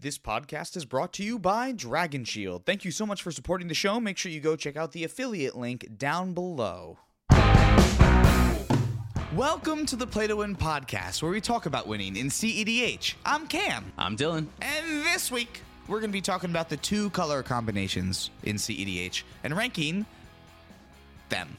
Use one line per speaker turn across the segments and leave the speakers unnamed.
This podcast is brought to you by Dragon Shield. Thank you so much for supporting the show. Make sure you go check out the affiliate link down below. Welcome to the Play to Win podcast, where we talk about winning in CEDH. I'm Cam,
I'm Dylan.
and this week we're going to be talking about the two color combinations in CEDH and ranking them.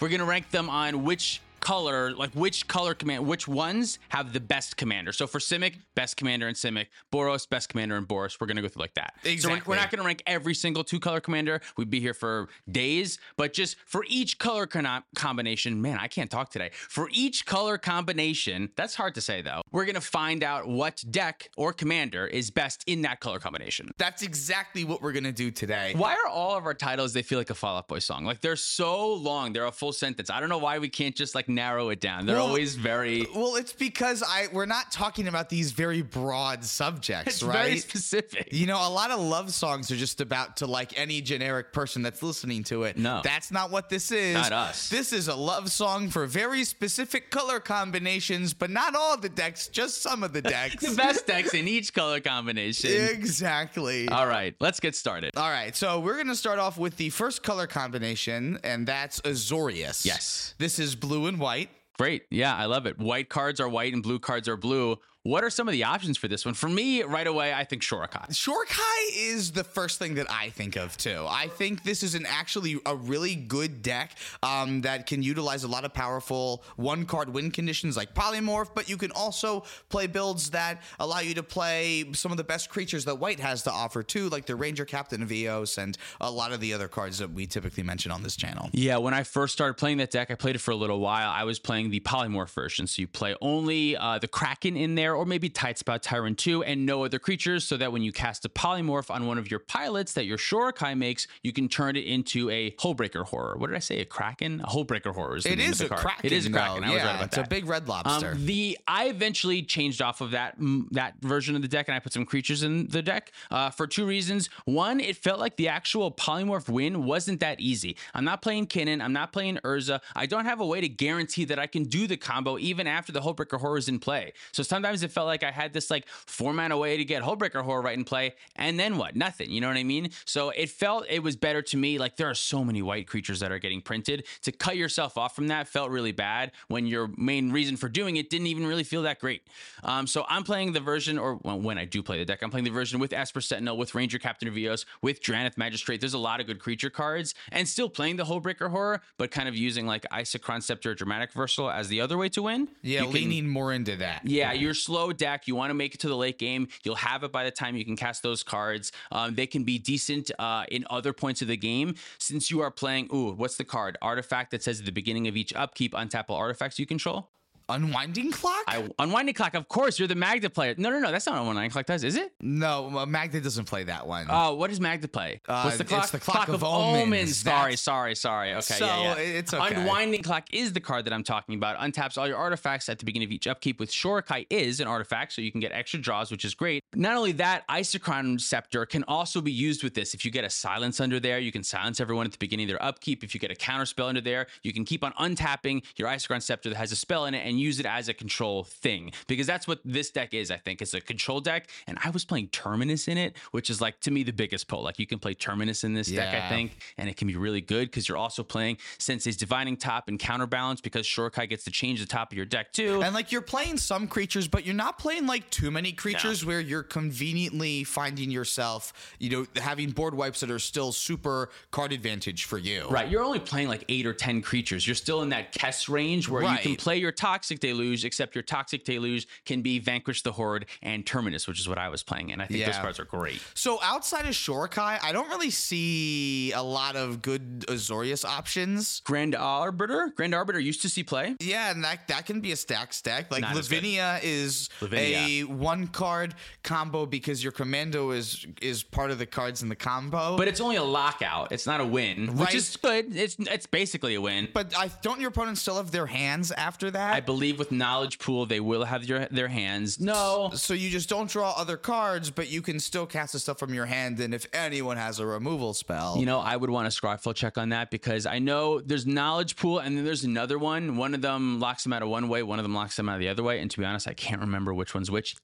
We're gonna rank them on which color, like which color command, which ones have the best commander. So for Simic, best commander in Simic, Boros, best commander in Boros. We're gonna go through like that. So we're-
Exactly.
we're not gonna rank every single two color commander. We'd be here for days, but just for each color cono- combination, man, I can't talk today. For each color combination, that's hard to say though. We're gonna find out what deck or commander is best in that color combination.
That's exactly what we're going to do today.
Why are all of our titles they feel like a Fall Out Boy song? Like they're so long, they're a full sentence. I don't know why we can't just like narrow it down. They're
Well,
always very
Well, it's because I we're not talking about these very broad subjects,
it's
right?
very specific.
You know, a lot of love songs are just about to like any generic person that's listening to it.
No.
That's not what this is.
Not us.
This is a love song for very specific color combinations, but not all the decks, just some of the decks.
The best decks in each color combination.
Exactly.
All right, let's get started.
all right, so we're going to start off with the first color combination, and that's Azorius.
Yes.
This is blue and white.
Great. Yeah, I love it. White cards are white and blue cards are blue. What are some of the options for this one? For me, right away, I think Shorokai.
Shorkai is the first thing that I think of too. I think this is an actually a really good deck um, that can utilize a lot of powerful one card win conditions like Polymorph, but you can also play builds that allow you to play some of the best creatures that White has to offer too, like the Ranger Captain of Eos and a lot of the other cards that we typically mention on this channel.
Yeah, when I first started playing that deck, I played it for a little while. I was playing the polymorph version, so you play only uh, the Kraken in there, or maybe Tightspout Tyrant 2, and no other creatures, so that when you cast a polymorph on one of your pilots that your Shorokai makes, you can turn it into a Holebreaker Horror. What did I say? A Kraken? A Holebreaker Horror is the
It
name
is
of
a
the card.
Kraken.
It is a
though.
Kraken. I was
Yeah,
right about
it's
that.
a big red
Um,
lobster.
the I eventually changed off of that mm, that version of the deck, and I put some creatures in the deck uh, for two reasons. One, it felt like the actual polymorph win wasn't that easy. I'm not playing Kinnan, I'm not playing Urza. I don't have a way to guarantee that I can do the combo even after the Hullbreaker Horror is in play. So sometimes it felt like I had this like four mana way to get Hullbreaker Horror right in play, and then what? Nothing. You know what I mean? So it felt it was better to me. Like there are so many white creatures that are getting printed. To cut yourself off from that felt really bad when your main reason for doing it didn't even really feel that great. Um, so I'm playing the version, or well, when I do play the deck, I'm playing the version with Esper Sentinel, with Ranger Captain of Eos, with Dranith Magistrate. There's a lot of good creature cards, and still playing the Holebreaker Horror, but kind of using like Isochron Scepter or Dramatic Versal as the other way to win.
yeah,
You can-
leaning more into that.
yeah, your slow deck. You want to make it to the late game. You'll have it by the time you can cast those cards. Um, they can be decent uh, in other points of the game. Since you are playing, ooh, what's the card? Artifact that says at the beginning of each upkeep, untap all artifacts you control.
Unwinding clock?
I unwinding clock. Of course, you're the Magda player. No, no, no, that's not what unwinding clock does, is it?
no, Magda doesn't play that one.
Oh, what does Magda play?
Uh,
What's the
it's
clock?
the Clock of Omens.
Sorry,
That's-
sorry, sorry. Okay,
So,
yeah, yeah.
it's okay.
Unwinding clock is the card that I'm talking about. Untaps all your artifacts at the beginning of each upkeep. With Shorokai is an artifact, so you can get extra draws, which is great. Not only that, Isochron Scepter can also be used with this. If you get a silence under there, you can silence everyone at the beginning of their upkeep. If you get a counter spell under there, you can keep on untapping your Isochron Scepter that has a spell in it and use it as a control thing because that's what this deck is. I think it's a control deck, and I was playing Terminus in it, which is like to me the biggest pull. Like you can play Terminus in this deck,
Yeah.
I think, and it can be really good because you're also playing Sensei's Divining Top and Counterbalance because Shorokai gets to change the top of your deck too.
And like you're playing some creatures, but you're not playing like too many creatures where you're conveniently finding yourself, you know, having board wipes that are still super card advantage for you.
Right, you're only playing like eight or ten creatures. You're still in that Kess range where you can
Right.
play your Toxic Toxic Deluge, except your Toxic Deluge can be Vanquish the Horde and Terminus, which is what I was playing. And I think those
Yeah.
cards are great.
So outside of Shorekai, I don't really see a lot of good Azorius options.
Grand Arbiter, Grand Arbiter used to see play.
Yeah, and that that can be a stack stack. Like
Not as good.
Lavinia is
Lavinia.
a one card combo because your commando is is part of the cards in the combo.
But it's only a lockout. It's not a win, which
Right.
is good. It's it's basically a win.
but I don't your opponents still have their hands after that?
I believe with knowledge pool they will have your, their hands. No,
so you just don't draw other cards, but you can still cast the stuff from your hand. And if anyone has a removal spell,
You know, I would want a scryfall check on that because I know there's knowledge pool and then there's another one. One of them locks them out of one way, one of them locks them out of the other way. And to be honest, I can't remember which one's which.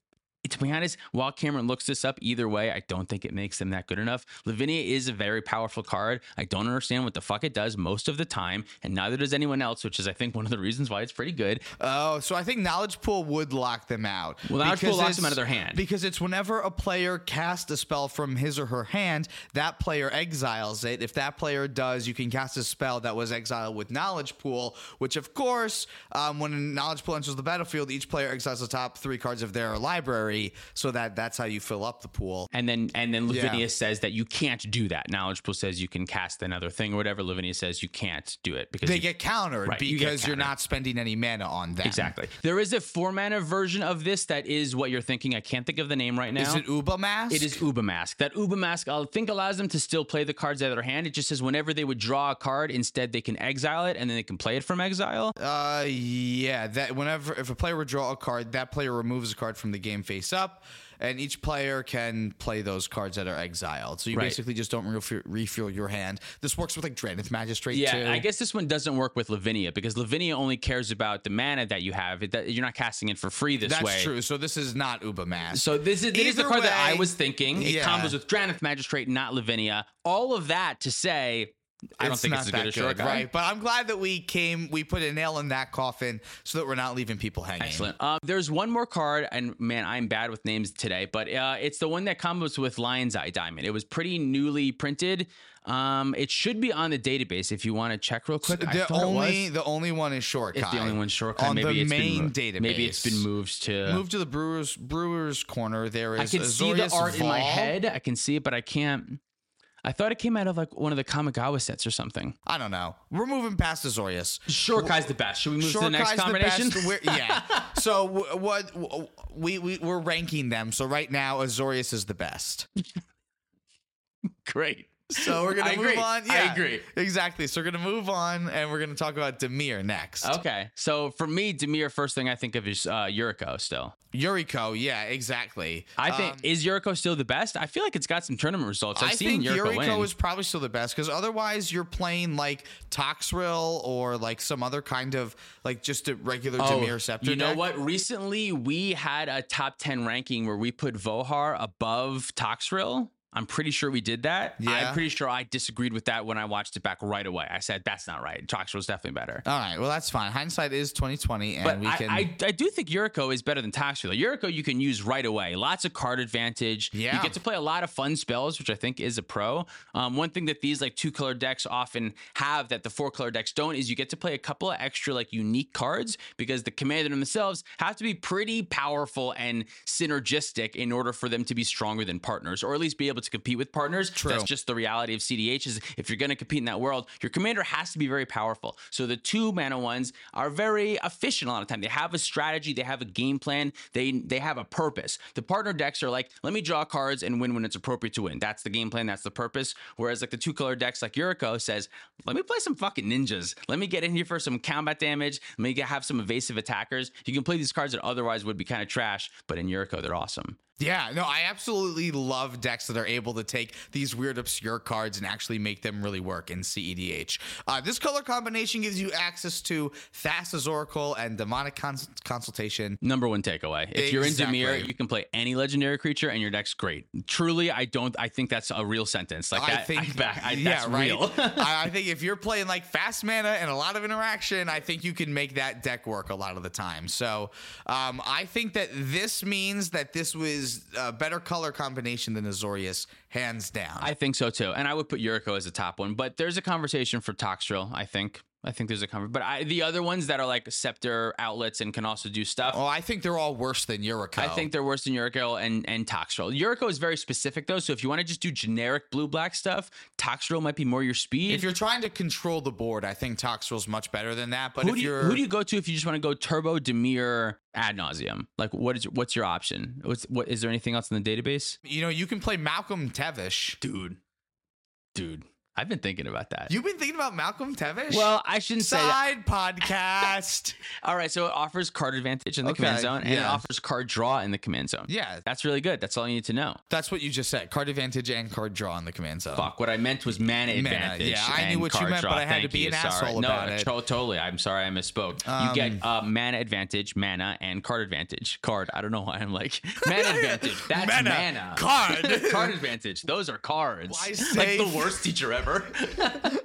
To be honest, while Cameron looks this up, either way, I don't think it makes them that good enough. Lavinia is a very powerful card. I don't understand what the fuck it does most of the time, and neither does anyone else, which is, I think, one of the reasons why it's pretty good.
Oh, so I think Knowledge Pool would lock them out.
Well, Knowledge Pool
Because
locks
it's-
them out of their hand.
Because it's whenever a player casts a spell from his or her hand, that player exiles it. If that player does, you can cast a spell that was exiled with Knowledge Pool, which, of course, um, when Knowledge Pool enters the battlefield, each player exiles the top three cards of their library, so that that's how you fill up the pool.
And then and then
Yeah.
Lavinia says that you can't do that. Knowledge pool says you can cast another thing or whatever. Lavinia says you can't do it because
They
you
get countered
Right, you get
because you are
countered.
not spending any mana on that.
Exactly. There is a four mana version of this that is what you're thinking. I can't think of the name right now.
Is it Uba Mask?
It is Uba Mask. That Uba Mask, I think, allows them to still play the cards out of their hand. It just says whenever they would draw a card, instead they can exile it and then they can play it from exile.
Uh, yeah. That whenever if a player would draw a card, that player removes a card from the game face up, and each player can play those cards that are exiled. So you
Right.
basically just don't refuel, refuel your hand. This works with like Dranith Magistrate
Yeah,
too.
I guess this one doesn't work with Lavinia because Lavinia only cares about the mana that you have. It, that, you're not casting it for free this
that's
way.
true. So this is not Uba Mask.
So this is, this is the
Either
card that I
way-
was thinking. It
Yeah.
combos with Dranith Magistrate, not Lavinia. All of that to say, I don't think it's as good as Shuriken.
right? But I'm glad that we came. We put a nail in that coffin so that we're not leaving people hanging.
Excellent. Um, there's one more card, and man, I'm bad with names today, but uh, it's the one that combos with Lion's Eye Diamond. It was pretty newly printed. Um, it should be on the database if you want to check real quick. I
The
thought it
only
was.
the only one is Short
It's the only one shortcut.
on
maybe
the
it's
main
been,
database.
mo- Maybe it's been moved to.
Move to the Brewers Brewers corner. There is
I can
Azorius
see the art in my
Vol.
head. I can see it, but I can't. I thought it came out of like one of the Kamigawa sets or something.
I don't know. We're moving past Azorius.
Shortcut's the best. Should we move to the next
Shortcut's
combination?
best. We're- yeah. so w- what w- we we we're ranking them. So right now Azorius is the best.
Great.
So we're gonna
I
move
agree.
on.
I
Yeah,
agree.
Exactly. So we're gonna move on, and we're gonna talk about Demir next.
Okay. So for me, Demir, first thing I think of is uh, Yuriko still.
Yuriko. Yeah. Exactly.
I think
Um,
is Yuriko still the best? I feel like it's got some tournament results. I've
I
seen
think
Yuriko,
Yuriko
win.
is probably still the best because otherwise you're playing like Toxrill or like some other kind of like just a regular
Oh,
Demir Scepter.
you know
deck.
what? Recently, we had a top ten ranking where we put Vohar above Toxrill. I'm pretty sure we did that. I'm
Yeah.
pretty sure I disagreed with that when I watched it back right away. I said that's not right. Toxrill's definitely better.
All right. Well, that's fine. Hindsight is twenty twenty, and
But
we
I,
can.
I, I do think Yuriko is better than Toxtril. Yuriko you can use right away. Lots of card advantage. You
Yeah.
get to play a lot of fun spells, which I think is a pro. Um, one thing that these like two color decks often have that the four color decks don't is you get to play a couple of extra like unique cards because the commander themselves have to be pretty powerful and synergistic in order for them to be stronger than partners or at least be able to compete with partners.
True.
That's just the reality of CDH is if you're going to compete in that world, your commander has to be very powerful. So the two mana ones are very efficient a lot of time. They have a strategy, they have a game plan, they they have a purpose. The partner decks are like, let me draw cards and win when it's appropriate to win. That's the game plan, that's the purpose. Whereas like the two color decks like Yuriko says, let me play some fucking ninjas. Let me get in here for some combat damage. Let me get, have some evasive attackers. You can play these cards that otherwise would be kind of trash, but in Yuriko they're awesome.
Yeah, no, I absolutely love decks that are able to take these weird obscure cards and actually make them really work in CEDH. Uh, this color combination gives you access to Thassa's Oracle and Demonic Cons- Consultation.
Number one takeaway. If you're in Demir,
Exactly.
you can play any legendary creature and your deck's great. Truly, I don't I think that's a real sentence. Like that, I think back, I, that's real.
I, I think if you're playing like fast mana and a lot of interaction, I think you can make that deck work a lot of the time. So um, I think that this means that this was a better color combination than Azorius, hands down.
I think so too. And I would put Yuriko as a top one, but there's a conversation for Toxtril, I think. I think there's a cover, but I, the other ones that are like scepter outlets and can also do stuff.
Oh, I think they're all worse than Yuriko.
I think they're worse than Yuriko and and Toxtrol. Yuriko is very specific though, so if you want to just do generic blue black stuff, Toxtrol might be more your speed.
if you're trying to control the board, I think Toxtrol's much better than that. But
who
if
do you,
you're
who do you go to if you just want to go turbo Demir ad nauseum? Like what is what's your option? What's what is there anything else in the database?
you know, you can play Malcolm Tevish.
Dude, dude, I've been thinking about that.
You've been thinking about Malcolm Tevish?
well, I shouldn't say that.
side podcast.
All right, so it offers card advantage in the
Okay,
command zone, and it
yeah.
offers card draw in the command zone.
yeah,
That's really good. That's all you need to know.
that's what you just said. Card advantage and card draw on the command zone.
Fuck, what I meant was mana
Mana,
advantage.
yeah, I knew
and
what you
card
meant, but
draw.
I had to
Thank
be
you,
an
sorry.
asshole
no,
about it.
to- totally. I'm sorry, I misspoke.
Um,
you get uh, mana advantage, mana, and card advantage. Card. I don't know why I'm like mana advantage. That's
Mana.
mana.
Card.
card advantage. Those are cards.
Why
like
say-
the worst teacher ever.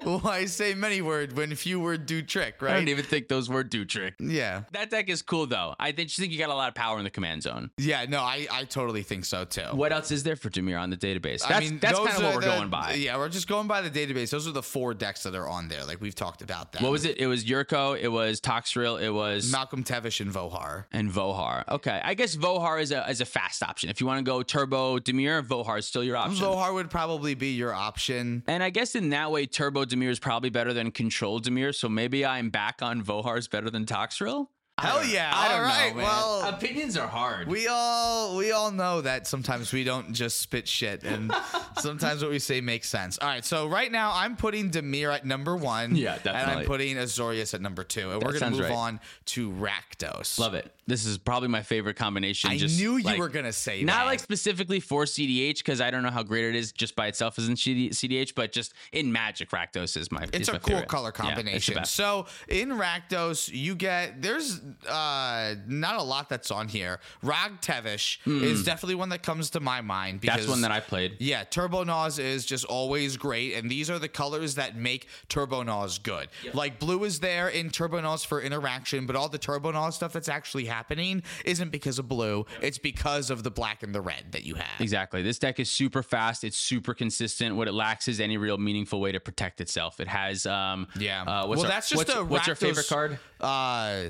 Why say many word when few word do trick,
I don't
right?
even think those were Dutrick.
Yeah.
That deck is cool though. I think- just think you got a lot of power in the command zone.
Yeah, no, I, I totally think so too.
What else is there for Demir on the database? That's
I mean,
that's
those
kind of
are
what we're
the-
going by.
Yeah, we're just going by the database. Those are the four decks that are on there. Like we've talked about that.
What was it? It was Yurko. It was Toxril. It was
Malcolm Tevish and Vohar.
And Vohar. Okay. I guess Vohar is a is a fast option. If you want to go turbo Demir, Vohar is still your option.
Vohar would probably be your option.
And I guess in that way, turbo Demir is probably better than control Demir. So maybe I'm back on Vohar's better than Toxril. I
Hell
don't-
yeah.
I don't
All right,
know, man.
well-
opinions are hard.
We all we all know that sometimes we don't just spit shit, and sometimes what we say makes sense. All right, so right now I'm putting Demir at number one.
Yeah,
And I'm
definitely.
putting Azorius at number two, and we're gonna
sounds
move
right.
on to Rakdos.
Love it. This is probably my favorite combination.
I
just
knew you
like-
were gonna say that.
Not like specifically for CDH because I don't know how great it is just by itself as in CD- CDH, but just in Magic, Rakdos is my.
It's
is my
a cool
favorite.
color
Yeah, it's the
combination.
best.
so in Rakdos, you get there's uh not a lot that's on here. Rag Tevish is definitely one that comes to my mind because
Hmm. That's one that I played.
yeah, Turbo Naws is just always great, and these are the colors that make Turbo Naws good. Like blue is there in Turbo Naws for interaction, but all the Turbo Naws stuff that's actually happening isn't because of blue; it's because of the black and the red that you have.
Exactly. This deck is super fast. It's super consistent. What it lacks is any real meaningful way to protect itself. It has um
Yeah.
Uh, what's
well,
our-
that's just
what's,
a
what's your
Rakdos-
favorite card?
Uh,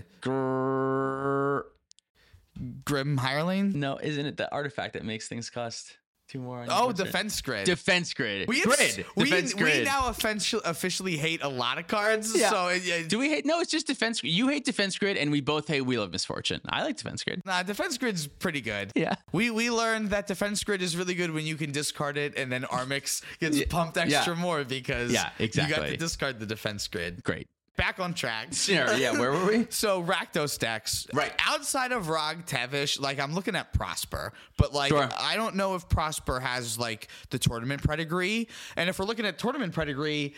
Grim Hireling.
No, isn't it the artifact that makes things cost two more?
Oh, defense grid.
defense grid.
we
grid.
We,
defense
we
grid.
now officially, officially hate a lot of cards.
Yeah.
So it, it-
Do we hate? No, it's just defense. grid. You hate defense grid, and we both hate Wheel of Misfortune. I like defense grid.
nah, defense grid's pretty good.
Yeah.
We we learned that defense grid is really good when you can discard it, and then Armix gets pumped extra more because
Yeah,
you got to
exactly.
discard the defense grid.
Great.
Back on track.
Yeah, yeah. Where were we?
So Rakdos decks,
Right.
outside of Rog Tevish, like I'm looking at Prosper, but like
Sure.
I don't know if Prosper has like the tournament pedigree. And if we're looking at tournament pedigree,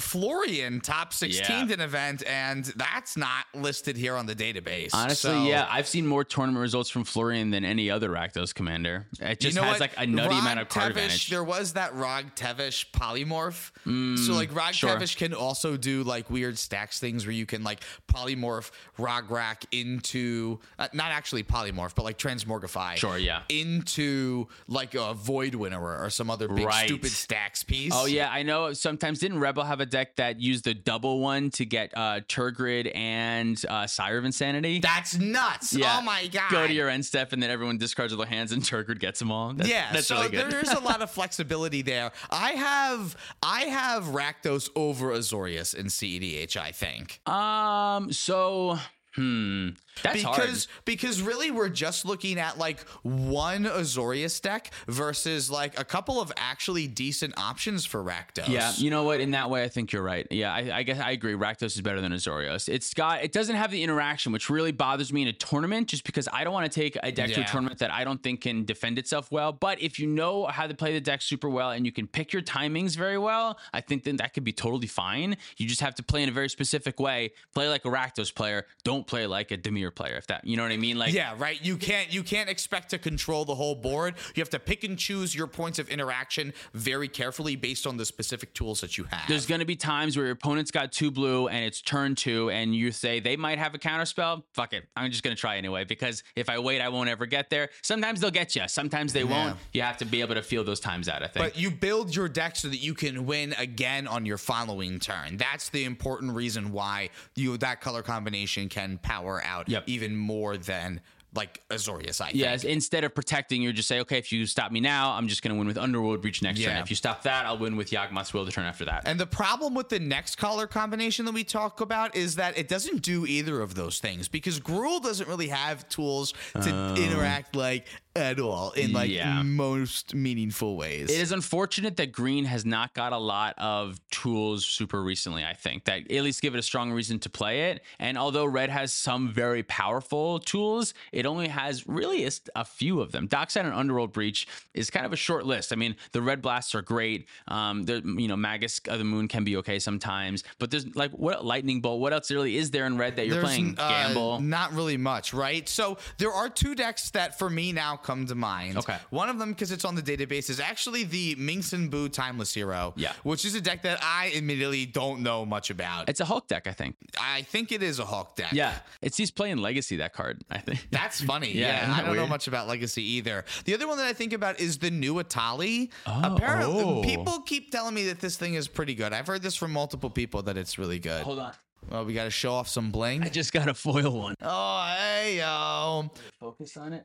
Florian top 16th
Yeah.
in event, and that's not listed here on the database.
Honestly,
So,
yeah, I've seen more tournament results from Florian than any other Rakdos commander. It just
you know
has
what?
like a nutty
Rog
amount of card
Tevish,
advantage.
There was that Rog Tevish polymorph. so like Rog
Mm, sure.
Tevish can also do like weird stacks things where you can like polymorph Rograk into uh, not actually polymorph, but like transmorgify.
Sure, yeah.
Into like a void winner or some other big
Right.
stupid stacks piece.
Oh yeah, I know. Sometimes didn't Rebel have a deck that used the double one to get uh Turgrid and uh Sire of Insanity?
That's nuts. Oh my god.
Go to your end step and then everyone discards all their hands and Turgrid gets them all. That's,
yeah,
that's
so
really good.
there's a lot of flexibility there. I have I have Rakdos over Azorius in CEDH, I think.
Um, so hmm, that's
because because really we're just looking at like one Azorius deck versus like a couple of actually decent options for Rakdos.
hard. Yeah, you know what? In that way, I think you're right. Yeah, I, I guess I agree. Rakdos is better than Azorius. It's got it doesn't have the interaction, which really bothers me in a tournament, just because I don't want to take a deck to a
Yeah.
tournament that I don't think can defend itself well. But if you know how to play the deck super well and you can pick your timings very well, I think then that could be totally fine. You just have to play in a very specific way. Play like a Rakdos player. Don't play like a Demir premier player, if that you know what I mean. Like
yeah, right. You can't you can't expect to control the whole board. You have to pick and choose your points of interaction very carefully based on the specific tools that you have.
There's going to be times where your opponent's got two blue and it's turn two, and you say they might have a counter spell. Fuck it. I'm just going to try anyway because if I wait, I won't ever get there. Sometimes they'll get you, sometimes they won't. You have to be able to feel those times out, I think.
But you build your deck so that you can win again on your following turn. That's the important reason why you that color combination can power out
Yep.
even more than like Azorius. I
Yes,
think.
instead of protecting, you just say, okay, if you stop me now, I'm just going to win with Underworld Reach next turn.
Yeah.
If you stop that, I'll win with Yagmoth's Will the turn after that.
And the problem with the next color combination that we talk about is that it doesn't do either of those things because Gruul doesn't really have tools to interact like at all in like
Oh. Yeah.
most meaningful ways.
It is unfortunate that Green has not got a lot of tools super recently, I think, that at least give it a strong reason to play it. And although Red has some very powerful tools, it only has really a, a few of them. Dockside and Underworld Breach is kind of a short list. I mean, the Red Blasts are great. Um, there, you know, Magus of the Moon can be okay sometimes, but there's like what Lightning Bolt, what else really is there in Red that you're
There's,
playing?
uh,
Gamble.
Not really much, right? So there are two decks that for me now come to mind.
Okay.
One of them, because it's on the database, is actually the Mingson Boo Timeless Hero.
Yeah.
Which is a deck that I admittedly don't know much about.
it's a Hulk deck, I think.
I think it is a Hawk deck.
Yeah. It's he's playing Legacy, that card, I think.
That's funny.
Yeah,
yeah,
isn't
I
that
don't know
weird?
much about Legacy either. The other one that I think about is the new Atali.
Oh.
Apparently,
Oh.
people keep telling me that this thing is pretty good. I've heard this from multiple people that it's really good.
Hold on.
Well, we got to show off some bling.
I just got a foil one.
oh, hey yo.
Focus on it.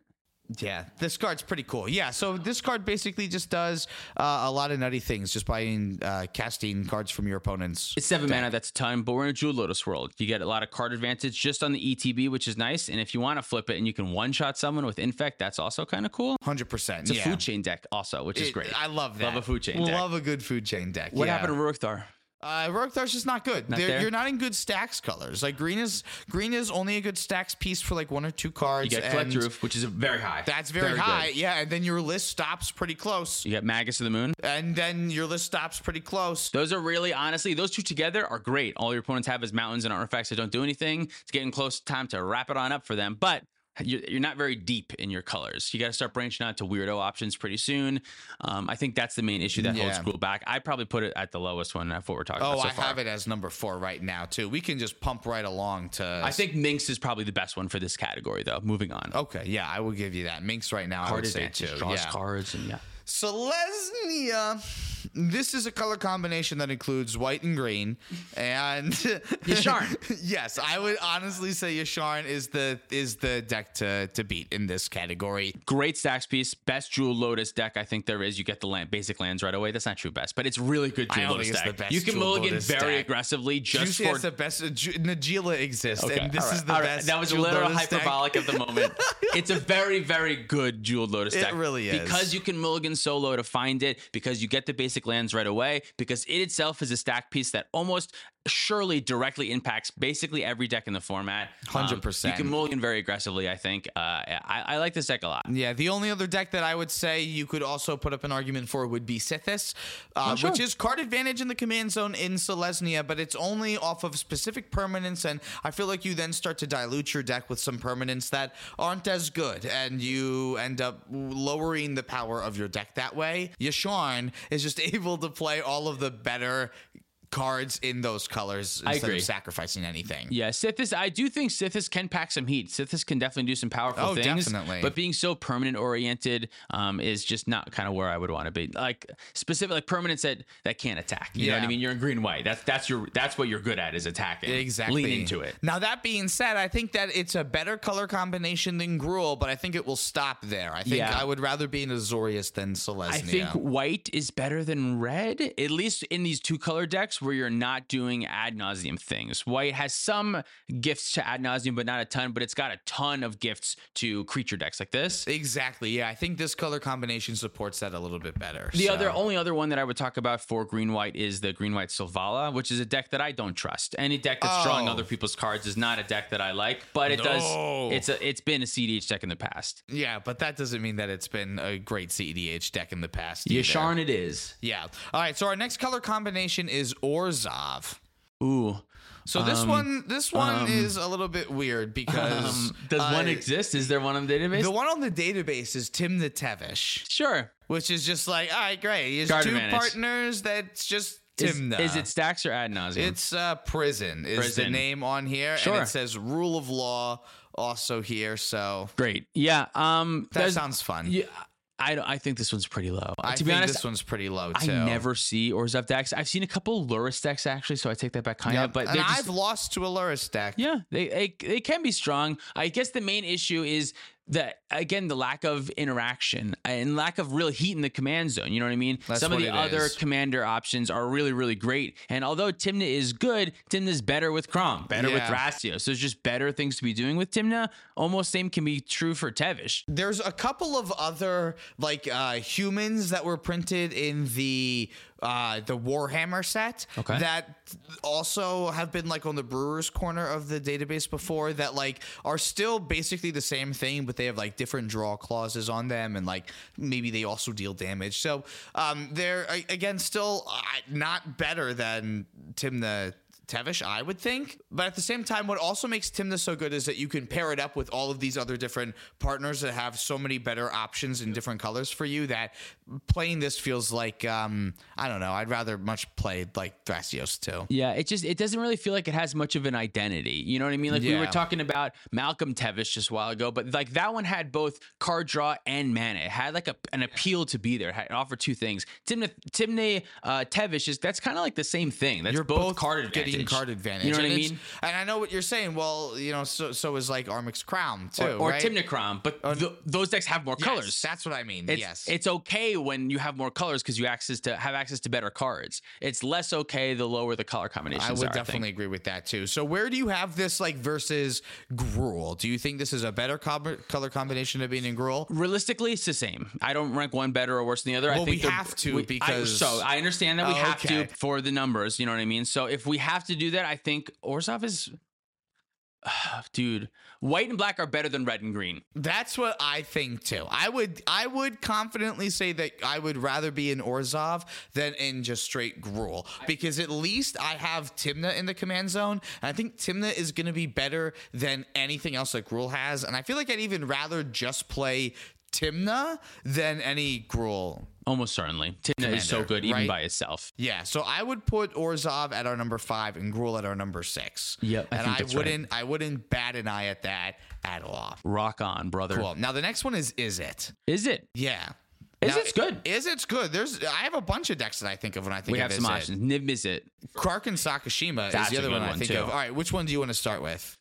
Yeah, this card's pretty cool. Yeah, so this card basically just does uh, a lot of nutty things just by uh, casting cards from your opponents.
It's seven mana. That's a ton. But we're in a Jewel Lotus world. You get a lot of card advantage just on the ETB, which is nice. And if you want to flip it and you can one shot someone with Infect, that's also kind of cool.
100%.
It's
yeah.
a food chain deck also, which is
It-
great.
I love that.
Love a food chain deck.
Love a good food chain deck.
what
yeah.
happened to Rookthar?
Uh, Roarkthar's just not good.
Not
They're-
there?
you're not in good stacks colors. Like green is green is only a good stacks piece for like one or two cards.
You get
and
Collect Roof, which is a very high.
That's very,
good.
high. Yeah, and then your list stops pretty close.
You get Magus of the Moon.
And then your list stops pretty close.
Those are really, honestly, those two together are great. All your opponents have is mountains and artifacts that don't do anything. It's getting close to time to wrap it on up for them, but you're, you're not very deep in your colors. You got to start branching out to weirdo options pretty soon. Um, I think that's the main issue that holds
Yeah.
Gruul back. I probably put it at the lowest one. That's what we're talking
Oh,
about so
I
far.
have it as number four right now too. We can just pump right along to.
I think Minx is probably the best one for this category, though. Moving on.
Okay, yeah, I will give you that. Minx right now, Oh, I would say too.
draws
yeah.
cards, and yeah.
Selesnya. This is a color combination that includes white and green, and
Yasharn.
yes, I would honestly say Yasharn is the is the deck to to beat in this category.
Great stacks piece, best Jewel Lotus deck I think there is. You get the land, basic lands right away. That's not true best, but it's really good
I
Jewel
don't
Lotus
think it's
deck.
the best
you can
Jewel
mulligan
Lotus
very
deck.
aggressively just
Juicy
for
has the best. Uh, Ju- Najila exists, and this
all right,
is the
all right.
best.
That was a
Jewel
little
Lotus deck.
hyperbolic of the moment. it's a very, very good jeweled lotus
It
deck.
really is.
because you can mulligan solo to find it, because you get the basic lands right away, because it itself is a stack piece that almost surely directly impacts basically every deck in the format. Um,
100%.
you can mulligan very aggressively. I think. Uh, I, I like this deck a lot.
Yeah, the only other deck that I would say you could also put up an argument for would be Sithis, uh,
Oh, sure.
which is card advantage in the command zone in Selesnya, but it's only off of specific permanence, and I feel like you then start to dilute your deck with some permanents that aren't as good, and you end up lowering the power of your deck that way. Yasharn is just able to play all of the better cards in those colors instead
agree.
of sacrificing anything.
Yeah, Sithis. I do think Sithis can pack some heat. Sithis can definitely do some powerful
Oh,
things.
definitely.
But being so permanent oriented um, is just not kind of where I would want to be. Like specific, like permanents that that can't attack. You know what I
Yeah.
mean? You're in green white. That's that's your that's what you're good at is attacking.
Exactly.
Lean into it.
Now that being said, I think that it's a better color combination than Gruul, but I think it will stop there. I think
Yeah.
I would rather be an Azorius than Selesnya.
I think white is better than red, at least in these two color decks where you're not doing ad nauseum things. White has some gifts to ad nauseum, but not a ton. But it's got a ton of gifts to creature decks like this.
exactly. Yeah, I think this color combination supports that a little bit better.
The
so.
other only other one that I would talk about for green white is the green white Silvala, which is a deck that I don't trust. Any deck that's drawing
Oh.
other people's cards is not a deck that I like, but it
No.
does. It's a it's been a CDH deck in the past.
yeah, but that doesn't mean that it's been a great CEDH deck in the past. either.
Yasharn, it is.
Yeah. All right. So our next color combination is Orzov.
Ooh.
So this
Um,
one, this one
um,
is a little bit weird because
Um, does one
uh,
exist? Is there one on the database?
The one on the database is Tim the Tevish,
sure.
which is just like, all right, great. He has
Guard
two
advantage.
partners. That's just
Is,
Timna.
is it Stacks or Ad nauseum?
It's uh, prison is the
Prison.
name on here, and
Sure.
it says rule of law also here. So
great. Yeah. Um.
that
there's-
sounds fun.
Yeah. I don't- I think this one's pretty low.
I
to
think
be honest,
this one's pretty low
I
too.
never see Orzhov decks. I've seen a couple Luris decks actually, so I take that back kind
Yeah,
of. But
and
they're just,
I've lost to a Luris deck.
Yeah, they, they they can be strong. I guess the main issue is that again the lack of interaction and lack of real heat in the command zone. You know what I mean?
That's
Some of
what
the
it
other
is.
commander options are really really great. And although Timna is good, Timna is better with Crom, better with
Yeah.
Thrasio. So there's just better things to be doing with Timna. Almost same can be true for Tevish.
There's a couple of other like uh, humans that were printed in the uh, the Warhammer set
Okay.
that also have been like on the Brewers corner of the database before that like are still basically the same thing, but they have like different draw clauses on them and like maybe they also deal damage. So um, they're a- again still uh, not better than Tim the Tevish, I would think. But at the same time, what also makes Timna so good is that you can pair it up with all of these other different partners that have so many better options in different colors for you that playing this feels like, um, I don't know, I'd rather much play like Thrasios too.
Yeah, it just it doesn't really feel like it has much of an identity. You know what I mean? Like we were
Yeah.
talking about Malcolm Tevish just a while ago, but like that one had both card draw and mana. It had like a, an appeal to be there. It, had, it offered two things. Timna Timne uh, Tevish is that's kind of like the same thing. That's
You're
both,
both,
card
getting
advantage.
card advantage.
You know what
And
I
it's-
mean?
And I know what you're saying. Well, you know, so so is like Armix Crown too,
or
right? Uh,
Timnacrom, but th- those decks have more
Yes,
colors.
That's what I mean.
It's,
yes.
it's okay when you have more colors because you access to have access to better cards. It's less okay the lower the color combinations.
I would
are, think.
definitely agree with that too. So where do you have this like versus gruel? Do you think this is a better com- color combination of being in gruel?
realistically, it's the same. I don't rank one better or worse than the other. I
Well,
think
we
they're-
have to
we- I-
because-
so I understand that we
Oh,
have
okay.
to for the numbers. You know what I mean. So if we have to do that, I think Orzov is, dude. White and black are better than red and green.
That's what I think too. I would I would confidently say that I would rather be in Orzov than in just straight gruel because at least I have Timna in the command zone and I think Timna is going to be better than anything else that gruel has and I feel like I'd even rather just play Timna than any gruel
Almost certainly, Timna is so
Commander,
good even
right?
by itself.
Yeah, so I would put Orzov at our number five and Gruel at our number six.
Yep, I
and
think
I
that's right.
wouldn't, I wouldn't bat an eye at that at all.
Rock on, brother.
Well, now the next one is is it?
Is it?
Yeah,
Is
Now,
it's good.
Is it's good? There's, I have a bunch of decks that I think of when I think
we
of
have
Is
some
It.
options. Nib is it?
Kark and Sakashima is
That's
the
a
other
good
one, I
one,
think
too.
of. All right, which one do you want to start with?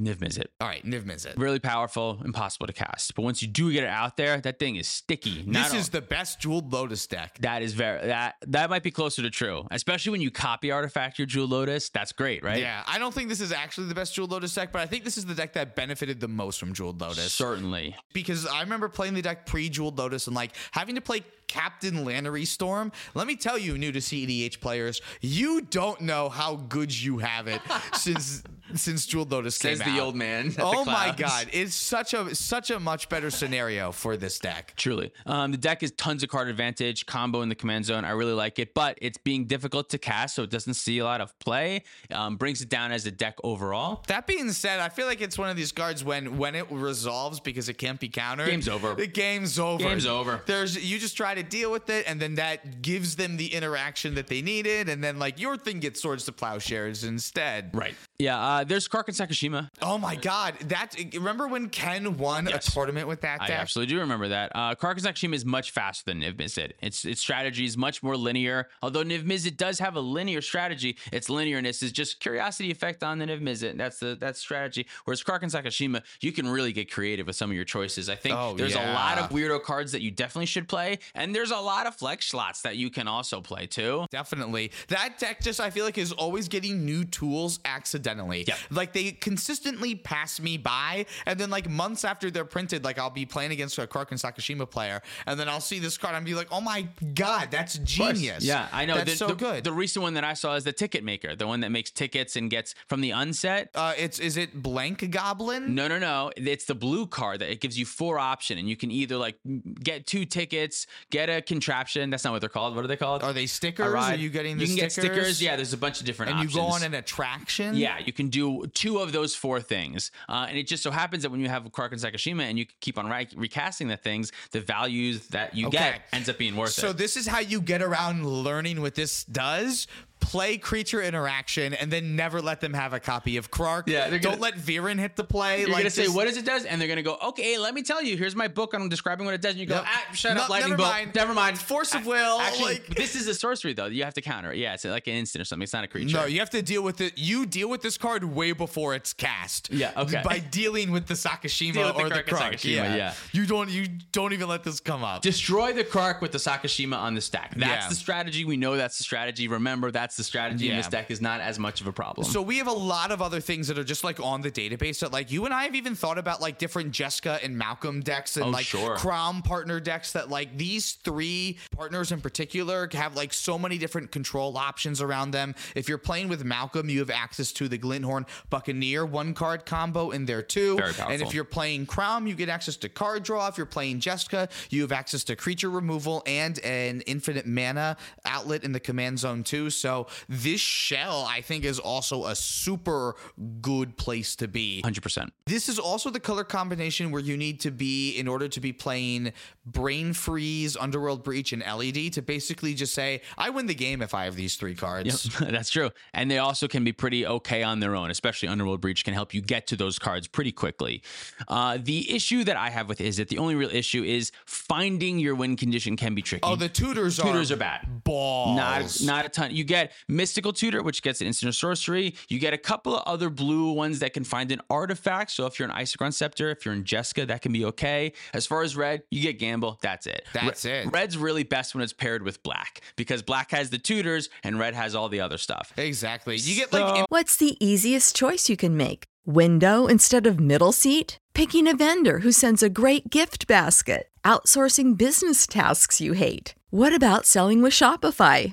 Niv Mizzet.
All right, Niv Mizzet.
Really powerful, impossible to cast. But once you do get it out there, that thing is sticky. Not
This
o-
is the best jeweled lotus deck.
That is very that that might be closer to true, especially when you copy artifact your jewel lotus. That's great, right?
Yeah, I don't think this is actually the best jeweled lotus deck, but I think this is the deck that benefited the most from jeweled lotus.
certainly.
because I remember playing the deck pre Jeweled Lotus and like having to play Captain Lannery Storm. Let me tell you, new to CEDH players, you don't know how good you have it since since Jeweled Lotus
Says
came
the
out.
old man at the
Oh my
clouds.
god, it's such a such a much better scenario for this deck.
Truly, um, the deck is tons of card advantage, combo in the command zone. I really like it, but it's being difficult to cast, so it doesn't see a lot of play. Um, brings it down as a deck overall.
That being said, I feel like it's one of these cards when when it resolves because it can't be countered.
Game's over.
The game's over.
Game's over.
There's you just try to deal with it, and then that gives them the interaction that they needed, and then like your thing gets swords to plowshares instead.
Right. Yeah. Uh, there's Kark and Sakashima.
Oh my god, that remember when Ken won
Yes.
a tournament with that
I
deck?
absolutely do remember that. Uh, Karkas Nakshima is much faster than Niv Mizzet. Its its strategy is much more linear. Although Niv Mizzet does have a linear strategy, its linearness is just curiosity effect on the Niv Mizzet. That's the that's strategy. Whereas Karkas Nakashima, you can really get creative with some of your choices. I think
Oh,
there's a
yeah.
lot of weirdo cards that you definitely should play, and there's a lot of flex slots that you can also play too.
Definitely. That deck just I feel like is always getting new tools accidentally accidentally. Like they consistently pass me by, and then like months after they're printed, like I'll be playing against a Karkin Sakashima player, and then I'll see this card and be like, oh my god, that's genius.
Yeah, I know.
That's
the,
so
the-
good.
The recent one that I saw is the ticket maker, the one that makes tickets and gets from the unset.
uh, it's is it blank goblin?
No, no, no. It's the blue card that it gives you four option, and you can either like get two tickets, get a contraption. That's not what they're called. What are they called?
Are they stickers?
A
Are
ride.
you getting the
You can
stickers?
get stickers. Yeah, there's a bunch of different
And you
options.
go on an attraction.
Yeah, you can do two of those four things. Uh, and it just so happens that when you have Kark and Sakashima and you keep on re- recasting the things, the values that you
Okay.
get ends up being worth
So
it.
this is how you get around learning what this does. Play creature interaction and then never let them have a copy of Clark.
Yeah, they're
don't
gonna-
let Viren hit the play.
You're
like,
gonna say
just-
what does it does, and they're gonna go, okay, let me tell you. Here's my book, and I'm describing what it does. And you go,
Yep.
ah, shut
No,
up, lightning
never
bolt.
mind.
Never mind.
Force of will,
Actually,
like-
this is a sorcery though. You have to counter it. Yeah, it's like an instant or something. It's not a creature.
No, you have to deal with it. You deal with this card way before it's cast.
Yeah, okay.
By dealing with the Sakashima
Deal with the
or the
Kraken
Krug.
Sakashima, yeah.
You don't. You don't even let this come up.
Destroy the Kark with the Sakashima on the stack. That's
Yeah.
the strategy. We know that's the strategy. Remember, that's the strategy. And
Yeah.
this deck is not as much of a problem.
So we have a lot of other things that are just like on the database that like you and I have even thought about like different Jessica and Malcolm decks and
Oh,
like
sure.
Crown partner decks that like these three partners in particular have like so many different control options around them. If you're playing with Malcolm, you have access to the Glinthorn Buccaneer one card combo in there too.
Very powerful.
And if you're playing Crown, you get access to card draw. If you're playing Jessica, you have access to creature removal and an infinite mana outlet in the command zone too. So this shell, I think, is also a super good place to be.
100%.
This is also the color combination where you need to be in order to be playing Brain Freeze, Underworld Breach, and LED to basically just say, I win the game if I have these three cards.
That's true. And they also can be pretty okay on their own, especially Underworld Breach can help you get to those cards pretty quickly. Uh, the issue that I have with is that the only real issue is finding your win condition can be tricky.
Oh, the tutors,
tutors
are,
are bad.
balls.
Not, not a ton. You get Mystical Tutor, which gets an instant sorcery. You get a couple of other blue ones that can find an artifact. So if you're an Isochron Scepter, if you're in Jessica, that can be okay. As far as red, you get Gamble. That's it.
That's
Re-
it.
Red's really best when it's paired with black because black has the tutors and red has all the other stuff.
Exactly. You get like
What's the easiest choice you can make? Window instead of middle seat? Picking a vendor who sends a great gift basket? Outsourcing business tasks you hate? What about selling with Shopify?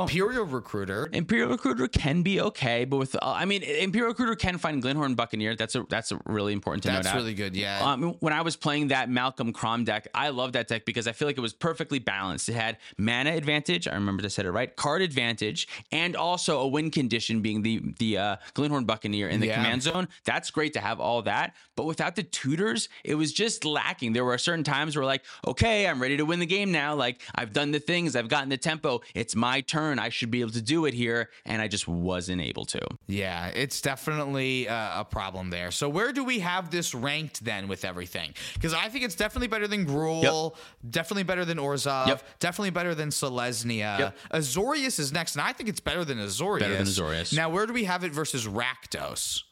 Imperial Recruiter.
Imperial Recruiter can be okay, but with uh, I mean, Imperial Recruiter can find Glenhorn Buccaneer. That's a that's a really important to note.
That's
out.
really good. Yeah.
Um, when I was playing that Malcolm Crom deck, I loved that deck because I feel like it was perfectly balanced. It had mana advantage. I remember I said it right. Card advantage, and also a win condition being the the uh, Glenhorn Buccaneer in the
Yeah.
command zone. That's great to have all that, but without the tutors, it was just lacking. There were certain times where like, okay, I'm ready to win the game now. Like I've done the things, I've gotten the tempo. It's my turn. learn. I should be able to do it here, and I just wasn't able to.
Yeah, it's definitely uh, a problem there. So where do we have this ranked then with everything? Because I think it's definitely better than Gruul, definitely better than Orzov,
Yep.
definitely better than Selesnya.
Yep.
Azorius is next, and I think it's better than Azorius.
Better than Azorius.
Now where do we have it versus Rakdos?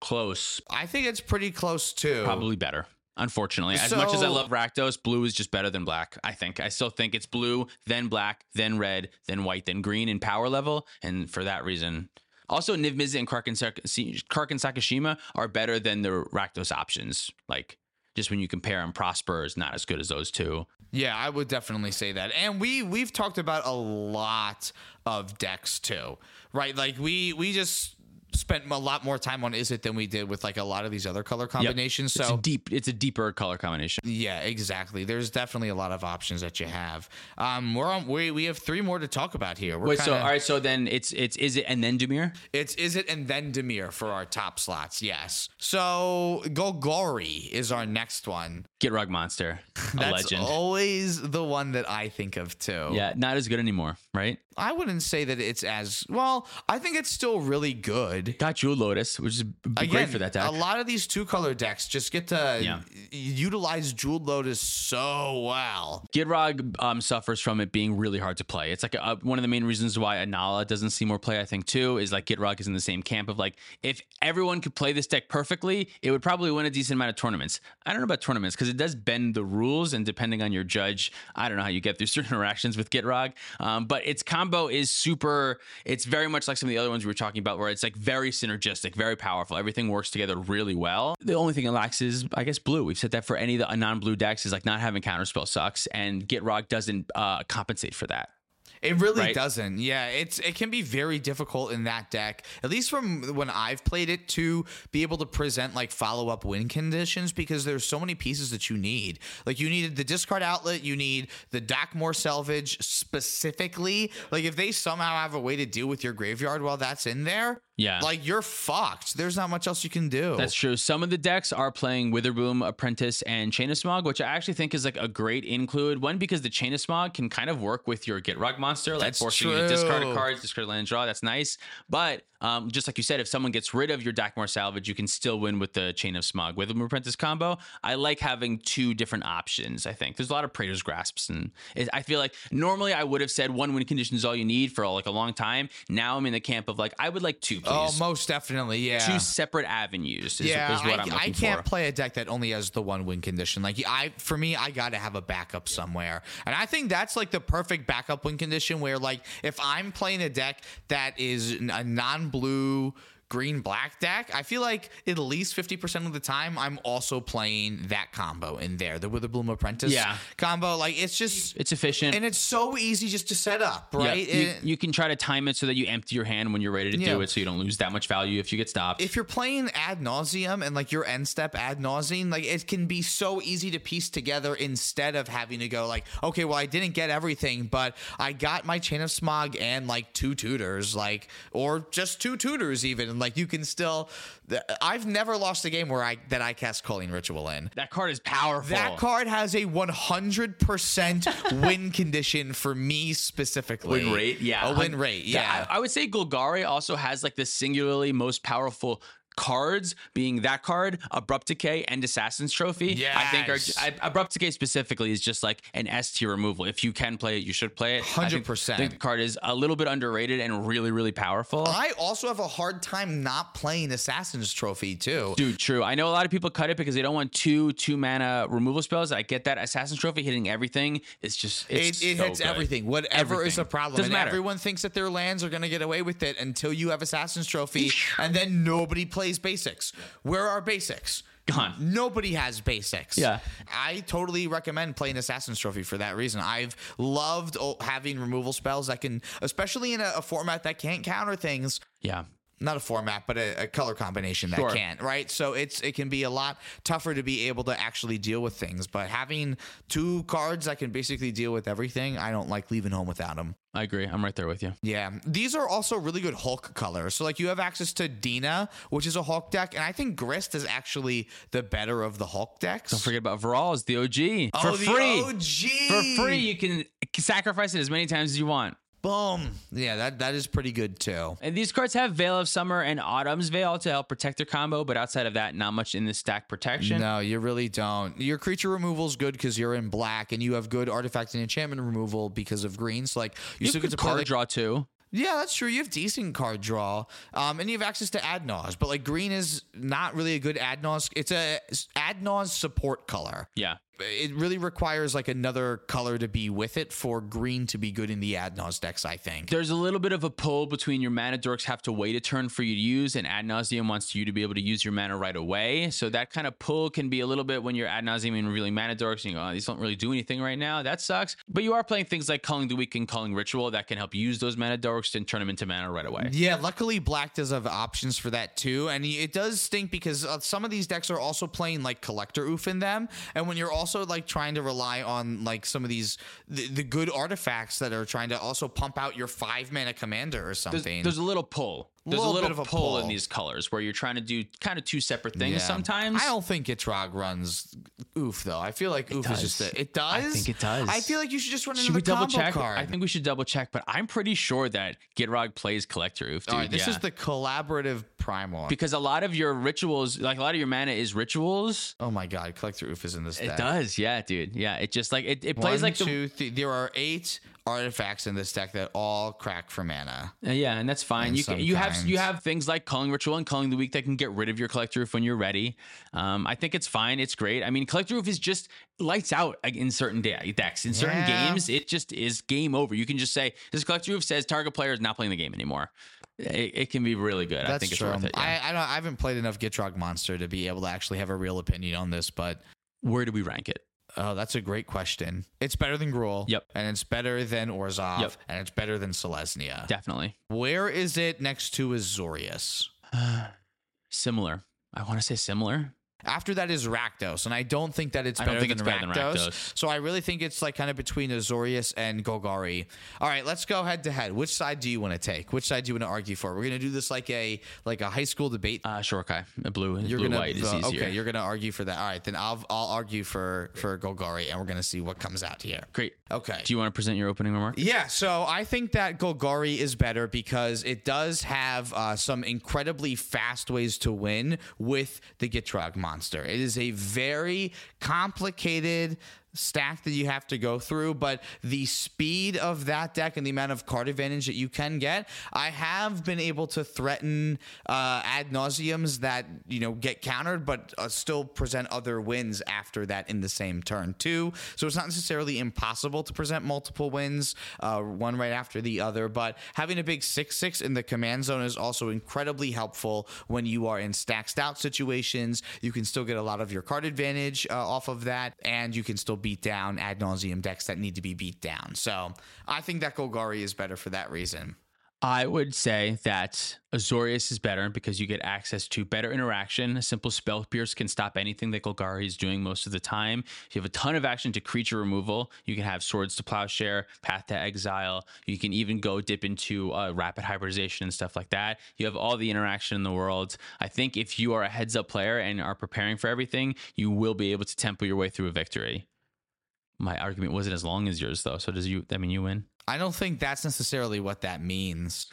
Close,
I think it's pretty close too.
probably better. Unfortunately, as much as I
So-
love Rakdos, blue is just better than black. I think I still think it's blue, then black, then red, then white, then green in power level, and for that reason, also Niv Mizzet and Karkin, Sak- Si- Karkin Sakashima are better than the Rakdos options. Like just when you compare them, Prosper is not as good as those two.
Yeah, I would definitely say that. And we we've talked about a lot of decks too, right? Like we we just spent a lot more time on is it than we did with like a lot of these other color combinations.
It's a
So
deep, it's a deeper color combination.
yeah, exactly. There's definitely a lot of options that you have. Um, we're on. We we have three more to talk about here. We're
Wait, so
kinda-
all right, so then it's it's is it and then Demir?
It's is it and then Demir for our top slots. Yes. So Golgari is our next one.
Get Rug Monster, a
That's
legend.
always the one that I think of too.
Yeah, not as good anymore, right?
I wouldn't say that it's as well. I think it's still really good.
Got Jewel Lotus, which is b-
Again,
great for that deck.
a lot of these two color decks just get to
Yeah.
y- utilize Jeweled Lotus so well.
Gidrog um, suffers from it being really hard to play. It's like uh one of the main reasons why Anala doesn't see more play, I think, too, is like Gidrog is in the same camp of like, if everyone could play this deck perfectly, it would probably win a decent amount of tournaments. I don't know about tournaments because it does bend the rules, and depending on your judge, I don't know how you get through certain interactions with Gitrog. Um, but its combo is super, it's very much like some of the other ones we were talking about, where it's like very synergistic, very powerful. Everything works together really well. The only thing it lacks is, I guess, blue. We've said that for any of the non blue decks, is like not having counterspell sucks, and Gitrog doesn't uh, compensate for that.
It really
Right.
doesn't. Yeah, it's it can be very difficult in that deck, at least from when I've played it, to be able to present like follow up win conditions because there's so many pieces that you need. Like you needed the discard outlet, you need the Dockmore salvage specifically. Like if they somehow have a way to deal with your graveyard while that's in there,
Yeah.
like you're fucked. There's not much else you can do.
That's true. Some of the decks are playing Witherboom, Apprentice, and Chain of Smog, which I actually think is like a great include. One, because the Chain of Smog can kind of work with your Git Rug monster, like
That's
forcing you to discard a
true.
card, discard a land, draw. That's nice. But um, just like you said, if someone gets rid of your Dakmar Salvage, you can still win with the Chain of Smog. Witherboom, Apprentice combo, I like having two different options, I think. There's a lot of Praetor's Grasps, and it, I feel like normally I would have said one win condition is all you need for like a long time. Now I'm in the camp of like, I would like two, please.
Oh, most definitely. Yeah.
Two separate avenues is,
yeah,
is what I, am
I,
looking
I can't
for.
play a deck that only has the one win condition. Like I, for me, I got to have a backup somewhere, and I think that's like the perfect backup win condition. Where like if I'm playing a deck that is n- a non-blue green black deck, I feel like at least fifty percent of the time I'm also playing that combo in there, the Witherbloom Apprentice
Yeah.
combo. Like it's just.
It's efficient.
and it's so easy just to set up, right?
Yeah, you,
And-
you can try to time it so that you empty your hand when you're ready to
Yeah.
do it, so you don't lose that much value if you get stopped.
if you're playing ad nauseum and like your end step ad nauseum, like it can be so easy to piece together instead of having to go like, okay, well I didn't get everything, but I got my chain of smog and like two tutors, like or just two tutors even, and like you can still. th- I've never lost a game where I that I cast calling ritual in.
that card is powerful.
That card has a 100% win condition for me specifically.
win rate, yeah,
A win rate, yeah.
I, I would say Golgari also has like the singularly most powerful cards being that card abrupt decay and assassin's trophy i think
Yes.
are I, abrupt decay specifically is just like an s tier removal if you can play it you should play it I think-
100%.
I think the card is a little bit underrated and really really powerful
I also have a hard time not playing Assassin's Trophy too.
Dude, true. I know a lot of people cut it because they don't want two two mana removal spells. I get that. Assassin's Trophy hitting everything is just
It,
it's
it
so
hits
good.
everything. Whatever is
Everything.
a problem,
Doesn't
and
matter.
everyone thinks that their lands are going to get away with it until you have Assassin's Trophy, and then nobody plays basics. Where are basics?
Gone.
Nobody has basics.
Yeah.
I totally recommend playing Assassin's Trophy for that reason. I've loved oh, having removal spells that can, especially in a, a format that can't counter things.
Yeah.
Not a format, but a, a color combination that
Sure.
can't, right? So it's it can be a lot tougher to be able to actually deal with things. But having two cards that can basically deal with everything, I don't like leaving home without them.
I agree. I'm right there with you.
Yeah, these are also really good Hulk colors. So like you have access to Dina, which is a Hulk deck, and I think Grist is actually the better of the Hulk decks.
Don't forget about Veral's the OG
oh,
for
the
free.
OG
For free, you can sacrifice it as many times as you want.
Boom. Yeah, that that is pretty good too.
And these cards have Veil of Summer and Autumn's Veil to help protect their combo, but outside of that, not much in the stack protection.
No, you really don't. Your creature removal is good because you're in black, and you have good artifact and enchantment removal because of green. So like you,
You
still
could
get to play,
card
like-
draw too.
Yeah, that's true. You have decent card draw, um, and you have access to ad nos. But like green is not really a good ad nos. It's a ad nos support color.
Yeah.
It really requires like another color to be with it for green to be good in the ad nos decks. I think.
There's a little bit of a pull between your mana dorks have to wait a turn for you to use, and ad nauseum wants you to be able to use your mana right away. So that kind of pull can be a little bit when you're ad nauseum and revealing mana dorks, and you go, oh, these don't really do anything right now. That sucks. But you are playing things like Calling the Weak and Calling Ritual that can help use those mana dorks and turn them into mana right away.
Yeah, luckily black does have options for that too, and it does stink because uh, some of these decks are also playing like collector oof in them, and when you're also like trying to rely on like some of these the, the good artifacts that are trying to also pump out your five mana commander or something.
There's, there's a little pull. There's
Little
a little
bit of a
pull, in
pull.
these colors where you're trying to do kind of two separate things
Yeah.
sometimes.
I don't think Itrog runs oof though. I feel like oof is just a, it does.
I think it does.
I feel like you should just run
Should
another
we double
combo
check?
card.
I think we should double check, but I'm pretty sure that Gitrog plays Collector Oof, dude.
All right, this
yeah.
is the collaborative primal.
because a lot of your rituals, like a lot of your mana is rituals.
oh my god, collector oof is in this
It
deck.
does, yeah, dude. Yeah, it just like it, it plays
One,
like the
two, three. There are eight artifacts in this deck that all crack for mana.
Uh, yeah, and that's fine.
And
You can, you have you
sometimes-
have things like calling ritual and calling the week that can get rid of your collector roof when you're ready. Um, I think it's fine. It's great. I mean, collector roof is just lights out like, in certain de- decks. In certain
Yeah.
games, it just is game over. You can just say this collector roof says target player is not playing the game anymore. It, it can be really good. I think it's worth it. yeah.
I, I don't. I haven't played enough Gitrog Monster to be able to actually have a real opinion on this, but
Where do we rank it?
oh, that's a great question. It's better than Gruul.
Yep.
And it's better than Orzov.
Yep.
And it's better than Selesnya.
Definitely
Where is it next to is Zorius?
similar. I want to say similar.
After that is Rakdos, and I don't think that it's
I don't
better,
think
than,
it's better than
Rakdos,
Rakdos.
So I really think it's like kind of between Azorius and Golgari. All right, let's go head to head. Which side do you want to take? Which side do you want to argue for? We're gonna do this like a like a high school debate.
Uh, Shorokai, uh, blue, and blue
gonna
white is
uh,
easier.
okay. You're gonna argue for that. All right, then I'll I'll argue for for Golgari, and we're gonna see what comes out here.
great.
Okay.
Do you want to present your opening remark?
Yeah, so I think that Golgari is better because it does have uh, some incredibly fast ways to win with the Gitrog monster. It is a very complicated stack that you have to go through, but the speed of that deck and the amount of card advantage that you can get, I have been able to threaten uh, ad nauseums that you know get countered, but uh, still present other wins after that in the same turn too. So it's not necessarily impossible to present multiple wins, uh, one right after the other. But having a big six six in the command zone is also incredibly helpful when you are in stacked out situations. You can still get a lot of your card advantage uh, off of that, and you can still beat down ad nauseum decks that need to be beat down. So I think that Golgari is better for that reason.
I would say that Azorius is better because you get access to better interaction. A simple spell pierce can stop anything that Golgari is doing most of the time. You have a ton of action to creature removal. You can have swords to plowshare, path to exile. You can even go dip into uh, rapid hybridization and stuff like that. You have all the interaction in the world. I think if you are a heads up player and are preparing for everything, you will be able to tempo your way through a victory. My argument wasn't as long as yours though. So does you? I mean, you win.
I don't think that's necessarily what that means.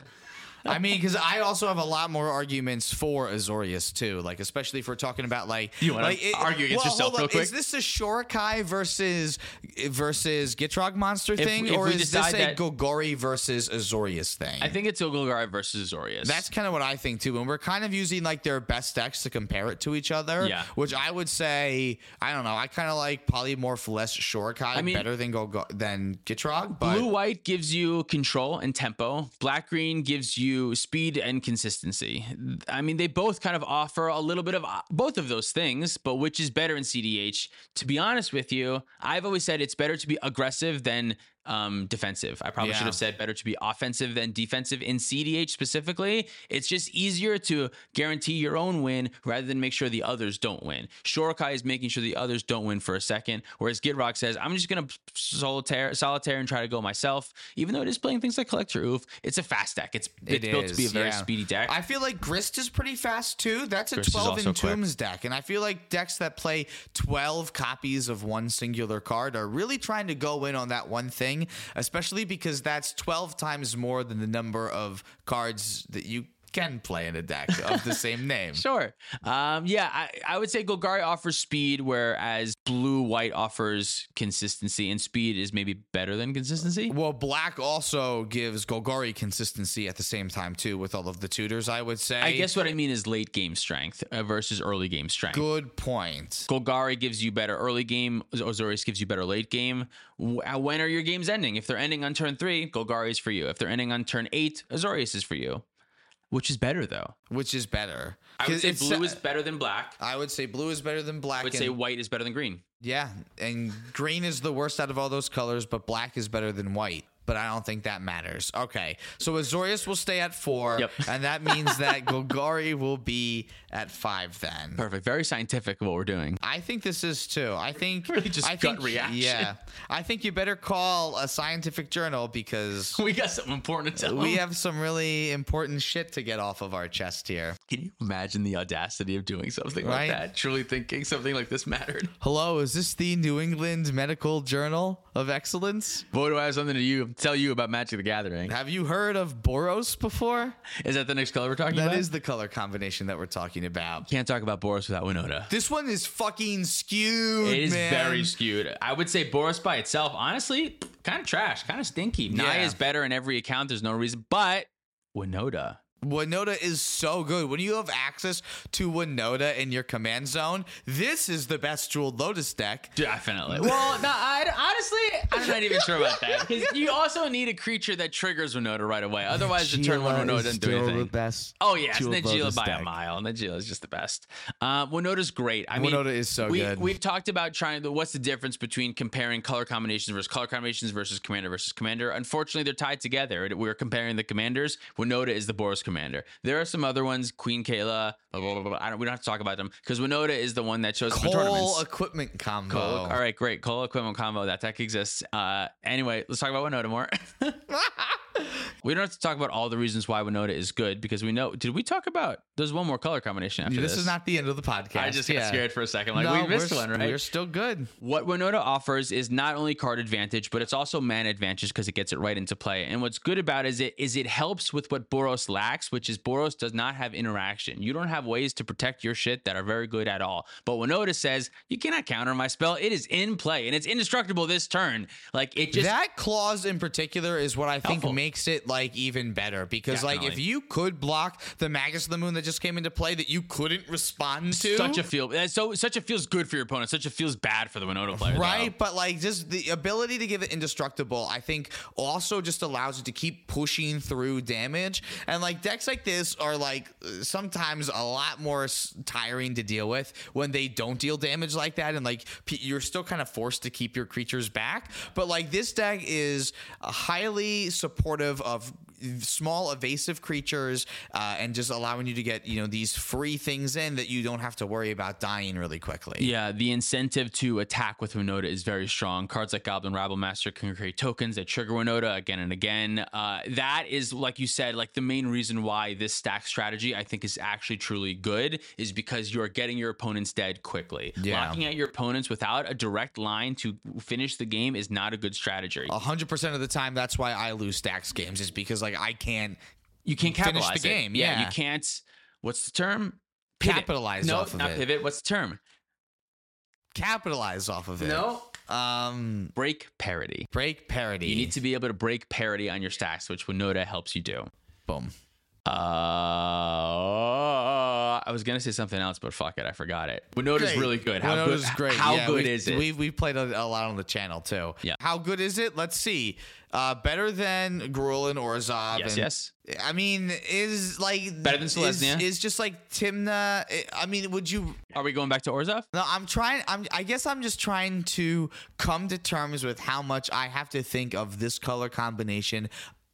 I mean, because I also have a lot more arguments for Azorius too. Like, especially if we're talking about like
You wanna
like, it-
argue against
well,
yourself
hold
real
up.
quick?
Is this a Shorokai versus versus Gitrog monster
If-
thing,
if
or
we
is this
decide
a
that-
Golgori versus Azorius thing?
I think it's Golgari versus Azorius.
That's kind of what I think too. And we're kind of using like their best decks to compare it to each other.
Yeah.
Which I would say, I don't know. I kind of like Polymorph less Shorokai
I mean-
better than Golgo- than Gitrog. But
Blue white gives you control and tempo. Black green gives you speed and consistency. I mean, they both kind of offer a little bit of uh, both of those things, but which is better in CDH? To be honest with you, I've always said it's better to be aggressive than um, defensive. I probably should
Yeah.
have said better to be offensive than defensive in CDH specifically. It's just easier to guarantee your own win rather than make sure the others don't win. Shorokai is making sure the others don't win for a second, whereas Gidrock says, I'm just going to solitaire, solitaire and try to go myself. Even though it is playing things like Collector Oof, it's a fast deck. It's, it's built to be a
is,
very
yeah.
speedy deck.
I feel like Grist is pretty fast too. That's a
Grist is
12
also
in Tombs deck. And I feel like decks that play 12 copies of one singular card are really trying to go in on that one thing thing, especially because that's 12 times more than the number of cards that you can play in a deck of the same name.
Sure. Um, yeah, I, I would say Golgari offers speed, whereas blue white offers consistency, and speed is maybe better than consistency.
Well, black also gives Golgari consistency at the same time too, with all of the tutors. I would say.
I guess what I mean is late game strength uh, versus early game strength.
Good point.
Golgari gives you better early game. Ozorius gives you better late game. Wh- uh, When are your games ending? If they're ending on turn three, Golgari is for you. If they're ending on turn eight, Azorius is for you. Which is better though?
Which is better?
I would say
It's-
blue is better than black.
I would say blue is better than black.
I would
and-
say white is better than green.
yeah, and green is the worst out of all those colors, but black is better than white. But I don't think that matters. Okay, so Azorius will stay at four,
Yep.
and that means that Golgari will be at five. Then
Perfect. Very scientific of what we're doing.
I think this is too. I think
Really just
I
gut
think,
reaction.
Yeah, I think you better call a scientific journal because
We got something important to tell
we
them.
have some really important shit to get off of our chest here.
Can you imagine the audacity of doing something
Right?
like that? Truly thinking something like this mattered.
Hello, is this the New England Medical Journal of Excellence?
Boy, do I have something to you tell you about Magic the Gathering.
Have you heard of Boros before?
Is that the next color we're talking about?
That is the color combination that we're talking about.
Can't talk about Boris without Winota.
This one is fucking skewed.
It is
man.
very skewed. I would say Boris by itself, honestly, kind of trash, kind of stinky. Naya
Yeah.
is better in every account. There's no reason, but Winota.
Winota is so good. When you have access to Winota in your command zone, this is the best Jeweled Lotus deck.
Definitely. Well, no, I, honestly, I'm not even sure about that. 'Cause you also need a creature that triggers Winota right away. Otherwise, the turn one Winota doesn't do anything.
best.
Oh yeah, it's
Jeweled
Najila
Lotus
by a
deck.
mile. Najila is just the best. Uh, Winota's great. I mean,
Winota is so
we,
good.
We've talked about trying to. What's the difference between comparing color combinations versus color combinations versus commander versus commander? Unfortunately, they're tied together. We We're comparing the commanders. Winota is the Boros commander. There are some other ones, Queen Kayla. Blah, blah, blah, blah. I don't. We don't have to talk about them because Winota is the one that shows up for tournaments.
Coal equipment combo.
Cola- All right, great. Cola equipment combo. That deck exists. Uh, anyway, let's talk about Winota more. we don't have to talk about all the reasons why Winota is good because we know. Did we talk about? There's one more color combination after
This,
this.
is not the end of the podcast.
I just got
yeah.
scared for a second. Like
No,
we missed
we're s-
one, right?
We're still good.
What Winota offers is not only card advantage, but it's also man advantage because it gets it right into play. And what's good about it is it is it helps with what Boros lacks, which is Boros does not have interaction. You don't have ways to protect your shit that are very good at all. But Winota says you cannot counter my spell. It is in play and it's indestructible this turn. Like it just
that clause in particular is what I think
Helpful.
makes it like even better because like if
Definitely.
you could block the Magus of the Moon that just came into play that you couldn't respond to,
such a feel uh, so such a feels good for your opponent. Such a feels bad for the Winota player. though.
right, but like just the ability to give it indestructible, I think also just allows it to keep pushing through damage. And like decks like this are like uh, sometimes a lot more s- tiring to deal with when they don't deal damage like that, and like p- you're still kind of forced to keep your creatures back. But like this deck is highly supportive of small evasive creatures uh, and just allowing you to get you know these free things in that you don't have to worry about dying really quickly
Yeah, the incentive to attack with Winota is very strong. Cards like Goblin Rabble Master can create tokens that trigger Winota again and again. Uh, that is, like you said, like the main reason why this stack strategy I think is actually truly good is because you are getting your opponents dead quickly.
Yeah.
Locking at your opponents without a direct line to finish the game is not a good strategy.
A hundred percent of the time, that's why I lose stacks games is because like I can't
you can't
finish the
capitalize it.
game, yeah.
you can't. What's the term?
Capitalize
no,
off of
not
it.
pivot. What's the term?
capitalize off of it.
No.
um,
Break parity.
break parody.
You need to be able to break parity on your stacks, which Winota helps you do.
boom.
Uh, I was gonna say something else, but fuck it, I forgot it. Winota's really good. How
Winota's
good?
great.
How
Yeah,
good
we-
is it?
We we played a, a lot on the channel too.
Yeah.
How good is it? Let's see. Uh, better than Gruul and Orzov.
yes,
and-
yes.
I mean, is like
Better than
is-
Selesnya?
Is, just like Timna. eh, I mean, would you
Are we going back to Orzov?
No, I'm trying. I'm. I guess I'm just trying to come to terms with how much I have to think of this color combination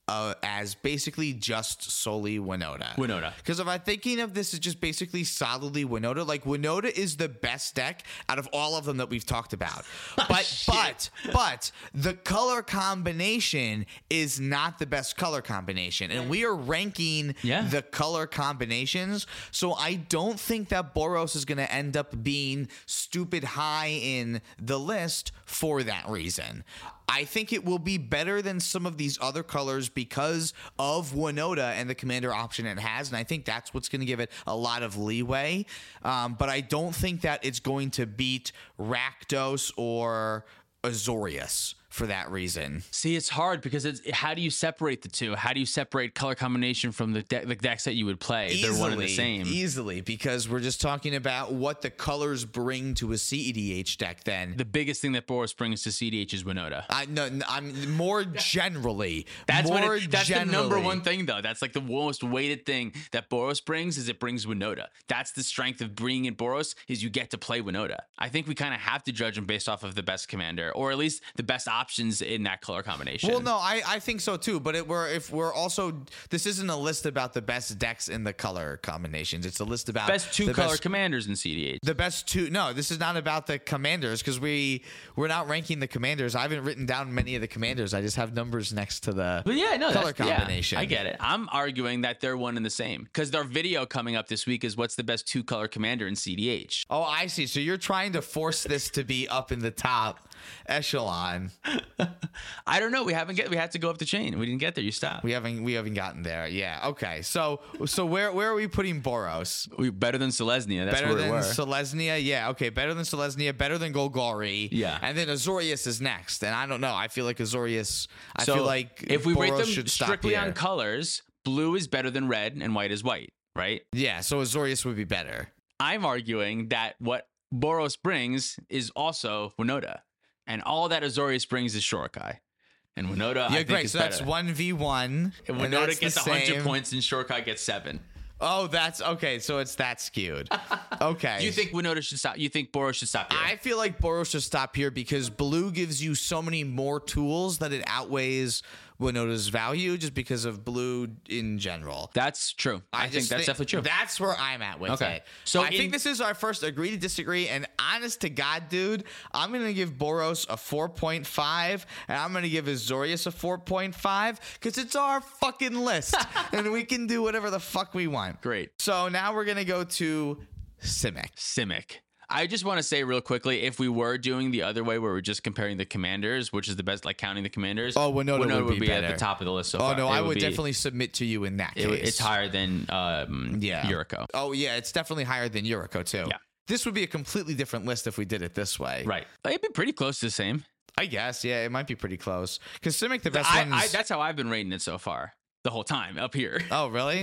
uh, as basically just solely Winota.
Winota.
Because if I'm thinking of this as just basically solidly Winota, like Winota is the best deck out of all of them that we've talked about. But but but the color combination is not the best color combination, and we are ranking
Yeah.
the color combinations. So I don't think that Boros is going to end up being stupid high in the list for that reason. I think it will be better than some of these other colors because of Winota and the commander option it has. And I think that's what's going to give it a lot of leeway. Um, but I don't think that it's going to beat Rakdos or Azorius for that reason.
See, it's hard because it's how do you separate the two? How do you separate color combination from the, de- the decks that you would play? They're one and the same.
Easily, E because we're just talking about what the colors bring to a CEDH deck then.
the biggest thing that Boris brings to CDH is Winota.
I no, n- I'm more generally.
That's
more
what it, that's the number
generally.
one thing though. That's like the most weighted thing that Boros brings is it brings Winota. That's the strength of bringing in Boros is you get to play Winota. I think we kind of have to judge him based off of the best commander or at least the best options in that color combination.
Well, no, I, I think so too. But it, we're if we're also this isn't a list about the best decks in the color combinations. It's a list about
best two
the
color
best-
commanders in CDH.
the best two. No, this is not about the commanders because we we're not ranking the commanders. I haven't written down many of the commanders. I just have numbers next to the
But yeah, no
color
that's- yeah,
combination.
I get it. I'm arguing that they're one and the same because their video coming up this week is what's the best two color commander in CDH.
Oh, I see. So you're trying to force this to be up in the top echelon.
I don't know. We haven't get. We had to go up the chain. We didn't get there. You stopped.
We haven't we haven't gotten there. Yeah. Okay. So so where where are we putting Boros?
We better than Selesnya. That's
better
where we
than
were.
Selesnya. Yeah, okay. Better than Selesnya. Better than Golgari.
Yeah.
and then Azorius is next. And I don't know. I feel like Azorius. I feel like
if we rate
Boros
them
should stop
strictly on
here.
colors, blue is better than red and white is white, right?
yeah, so Azorius would be better.
I'm arguing that what Boros brings is also Winota, and all that Azorius brings is Shorokai. And Winota,
yeah,
I think
great.
is
So
better.
that's one v one.
And
and
Winota
that's
gets
the
100
same.
points and Shorokai gets seven.
Oh, that's okay. So it's that skewed. Okay.
You think Winota should stop? You think Boros should stop? Here?
I feel like Boros should stop here because blue gives you so many more tools that it outweighs Winota's value just because of blue in general.
that's true. I, think
just
that's definitely true.
That's where I'm at with
Okay.
it.
So
So I
in-
think this is our first agree to disagree. And honest to God, dude, I'm gonna give Boros a 4.5, and I'm gonna give Azorius a 4.5 because it's our fucking list, and we can do whatever the fuck we want.
Great.
So now we're gonna go to Simic.
Simic. I just want to say real quickly, if we were doing the other way, where we're just comparing the commanders, which is the best, like counting the commanders.
Oh, Winota would be
at the
better.
top of the list. So
Oh
far.
no,
It
I would
be-
definitely submit to you in that
it
case.
would- it's higher than um,
Yeah.
Yuriko.
Oh yeah, it's definitely higher than Yuriko too.
Yeah.
This would be a completely different list if we did it this way.
Right, it'd be pretty close to the same.
I guess, yeah, it might be pretty close. Because Simic, the best
I,
ones.
I, that's how I've been rating it so far the whole time up here.
Oh, really?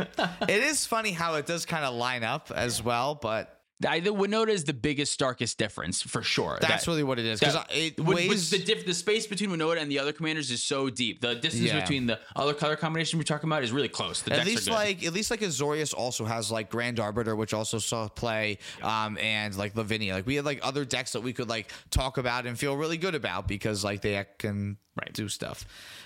it is funny how it does kind of line up as well, but
I, the Winota is the biggest, starkest difference for sure.
that's
That-
really what it is. Because
that-
it
with- with
weighs.
the diff, the space between Winota and the other commanders is so deep. The distance
Yeah.
between the other color combination we're talking about is really close. The
at
decks are
least
good.
like at least like Azorius also has like Grand Arbiter, which also saw play, um, and like Lavinia. Like we had like other decks that we could like talk about and feel really good about because like they can
Right.
do stuff.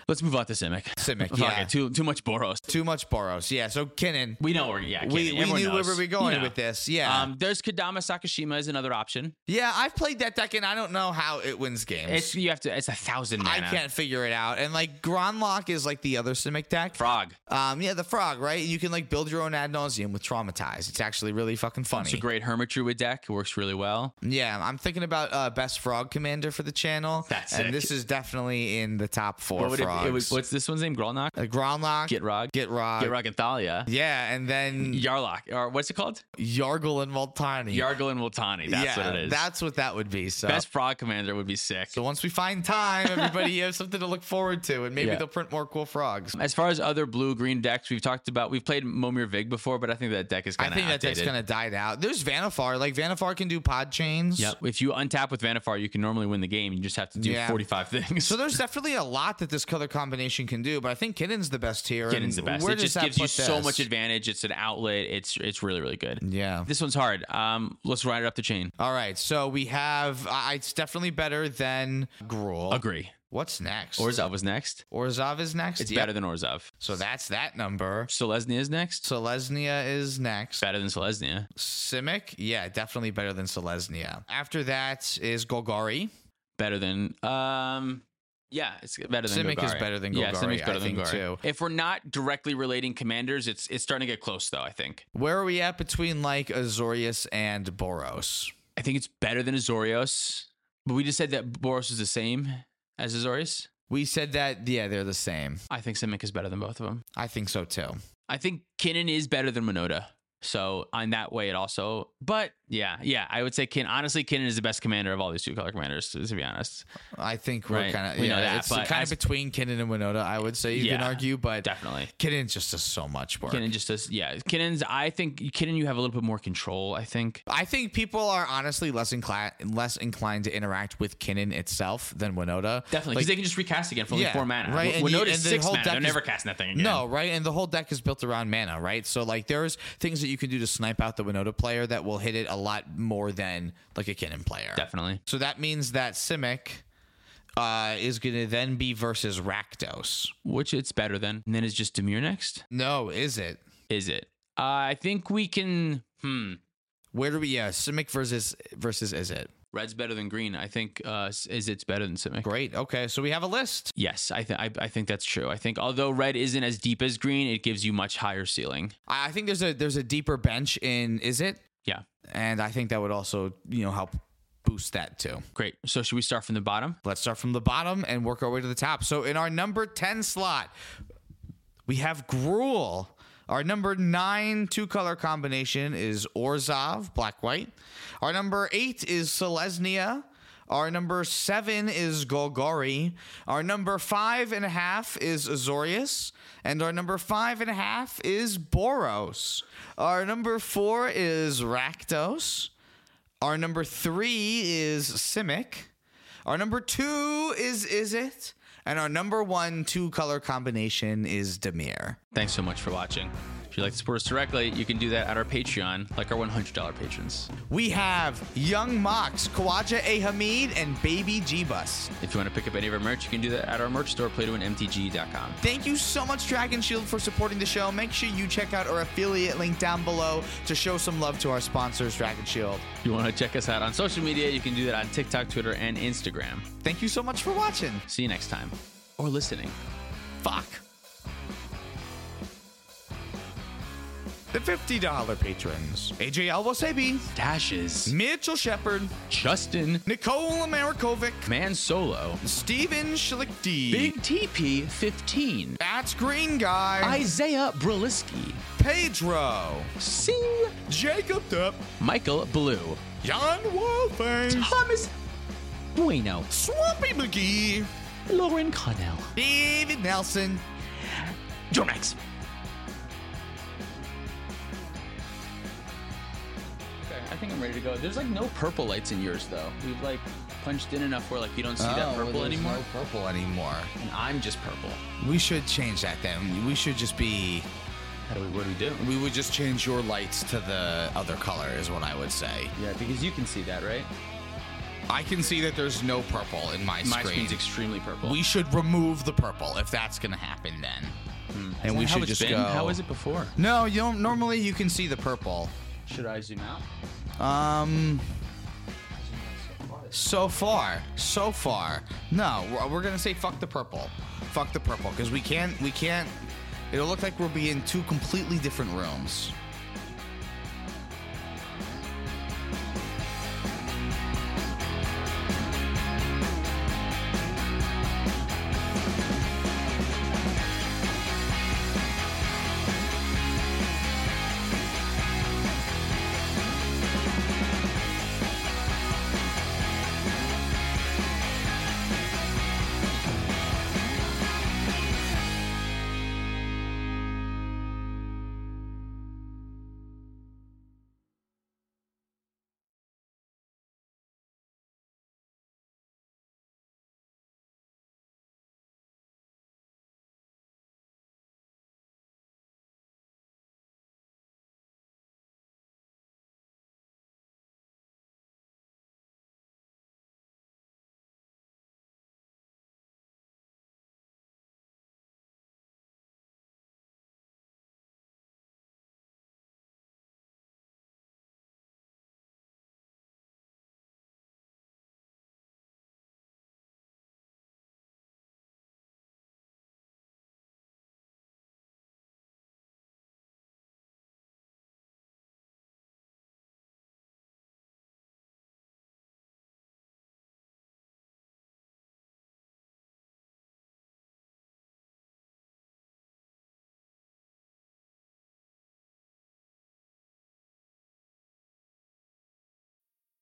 let's move on to Simic.
Simic,
Fuck
yeah.
it, too too much Boros.
Too much Boros, yeah. So Kinnan,
We know where. Yeah,
we,
Kenan,
we
everyone
knew
knows.
where we were going
You know.
with this, yeah.
Um, there's Kadama Sakashima is another option.
yeah, I've played that deck and I don't know how it wins games.
It's you have to. It's a thousand
I
mana.
can't figure it out. And like Gronlock is like the other Simic deck.
Frog.
Um, yeah, the frog, right? You can like build your own ad nauseum with traumatize. It's actually really fucking funny.
It's a great Hermit Druid deck. It works really well.
yeah, I'm thinking about uh, best frog commander for the channel.
That's
and
sick.
this is definitely in the top four
What would it be?
frogs.
It was- what's this one's name? Grolnok?
uh, Gronlock,
Gitrog?
Gitrog.
Gitrog and Thalia.
Yeah, and then
Yarlock. Or what's it called?
Yargle and Multani.
Yargle and Woltani. That's
yeah,
what it is.
That's what that would be. So.
Best Frog Commander would be sick.
so once we find time, everybody, you have something to look forward to, and maybe
Yeah.
they'll print more cool frogs.
As far as other blue green decks, we've talked about, we've played Momir Vig before, but I think that deck is
I
kind of
think that deck's kind of died out. There's Vanifar. Like Vanifar can do pod chains.
Yep. If you untap with Vanifar, you can normally win the game. You just have to do
Yeah.
45 things.
So there's definitely a lot that this color combination can do, but I think Kinnan's the best here. and
Getting's the best.
where
It
does
just
that
gives you
put
so
this?
much advantage. It's an outlet. It's it's really really good.
Yeah.
This one's hard. Um, let's ride it up the chain.
All right. So we have. I it's definitely better than Gruul.
Agree.
What's next?
Orzov was next.
Orzov is next.
It's
Yep.
better than Orzov.
So that's that number.
Selesnya is next.
Selesnya is next.
Better than Selesnya.
Simic, yeah, definitely better than Selesnya. After that is Golgari.
better than um yeah, it's better than
Simic is
Golgari.
better than
Yeah,
Golgari,
Simic's better
I
than
think,
Golgari.
too.
If we're not directly relating commanders, it's it's starting to get close though, I think.
Where are we at between like Azorius and Boros?
I think it's better than Azorios. But we just said that Boros is the same. as Azorius?
We said that, yeah, they're the same.
I think Simic is better than both of them.
I think so too.
I think Kinnan is better than Winota. So on that way, it also. But yeah, yeah, I would say Kin. Honestly, Kinnan is the best commander of all these two color commanders. To, to be honest,
I think we're
Right.
kind of
We
yeah,
know that,
it's
but
kind of
as-
between Kinnan and Winota. I would say you can
Yeah,
argue, but
definitely.
Kinnan just does so much work.
Kinnan just does. Yeah, Kinnan's. I think Kinnan, you have a little bit more control. I think.
I think people are honestly less inclined less inclined to interact with Kinnan itself than Winota. Like,
Definitely, because they can just recast again for only
Yeah,
four mana.
right,
Right,
and you-
Winota
and
is
the
six
whole
mana.
deck
They're
is-
never casting that thing again.
No, right? And the whole deck is built around mana, right? So like there's things that you can do to snipe out the Winota player that will hit it a lot more than like a Kinnan player.
definitely.
So that means that Simic uh, is going to then be versus Rakdos.
Which it's better than. And then is just Demure next.
No, is it?
Is it? Uh, I think we can. Hmm.
Where do we? Yeah, Simic versus versus is it?
Red's better than green. I think uh, is it's better than Simic.
Great. Okay, so we have a list.
Yes, I, th- I I think that's true. I think although red isn't as deep as green, it gives you much higher ceiling.
I I think there's a there's a deeper bench in is it,
Yeah,
and I think that would also you know help boost that too.
great. So should we start from the bottom?
Let's start from the bottom and work our way to the top. So in our number 10 slot, we have Gruel. Our number nine two color combination is Orzov, black white. Our number eight is Selesnya. Our number seven is Golgari. Our number five and a half is Azorius. And our number five and a half is Boros. Our number four is Rakdos. Our number three is Simic. Our number two is Is It. And our number one two color combination is Demir.
Thanks so much for watching. If you'd like to support us directly, you can do that at our Patreon, like our $100 patrons.
We have Young Mox, Kawaja A. Hamid, and Baby G Bus.
If you want to pick up any of our merch, you can do that at our merch store, playtowinmtg.com.
Thank you so much, Dragon Shield, for supporting the show. Make sure you check out our affiliate link down below to show some love to our sponsors, Dragon Shield.
If you want to check us out on social media, you can do that on TikTok, Twitter, and Instagram.
Thank you so much for watching.
See you next time, or listening.
Fuck. The $50 patrons AJ Al Wasabi,
Dashes,
Mitchell Shepard,
Justin,
Nicole Marikovic,
Man Solo,
Steven Schlichty,
Big TP 15,
That's Green Guy,
Isaiah Brilisky,
Pedro,
Sing,
Jacob Depp,
Michael Blue,
Jan Wolfang,
Thomas Bueno,
Swampy McGee,
Lauren Connell,
David Nelson,
Jormax. I think I'm ready to go. There's like no purple lights in yours though. We've like punched in enough where like you don't see that purple anymore,
Oh, purple anymore.
and I'm just purple.
We should change that then. We should just be.
How do we? What do we do?
We would just change your lights to the other color, is what I would say.
Yeah, because you can see that, right?
I can see that there's no purple in my,
My
screen.
screen's extremely purple.
we should remove the purple if that's gonna happen then.
Hmm. Is
And
that
we
how
should
it's
just
been?
go.
How was it before?
No, you don't. Normally, you can see the purple.
Should I zoom out?
Um. So far, so far, no. We're, we're gonna say fuck the purple, fuck the purple, because we can't, we can't. It'll look like we'll be in two completely different rooms.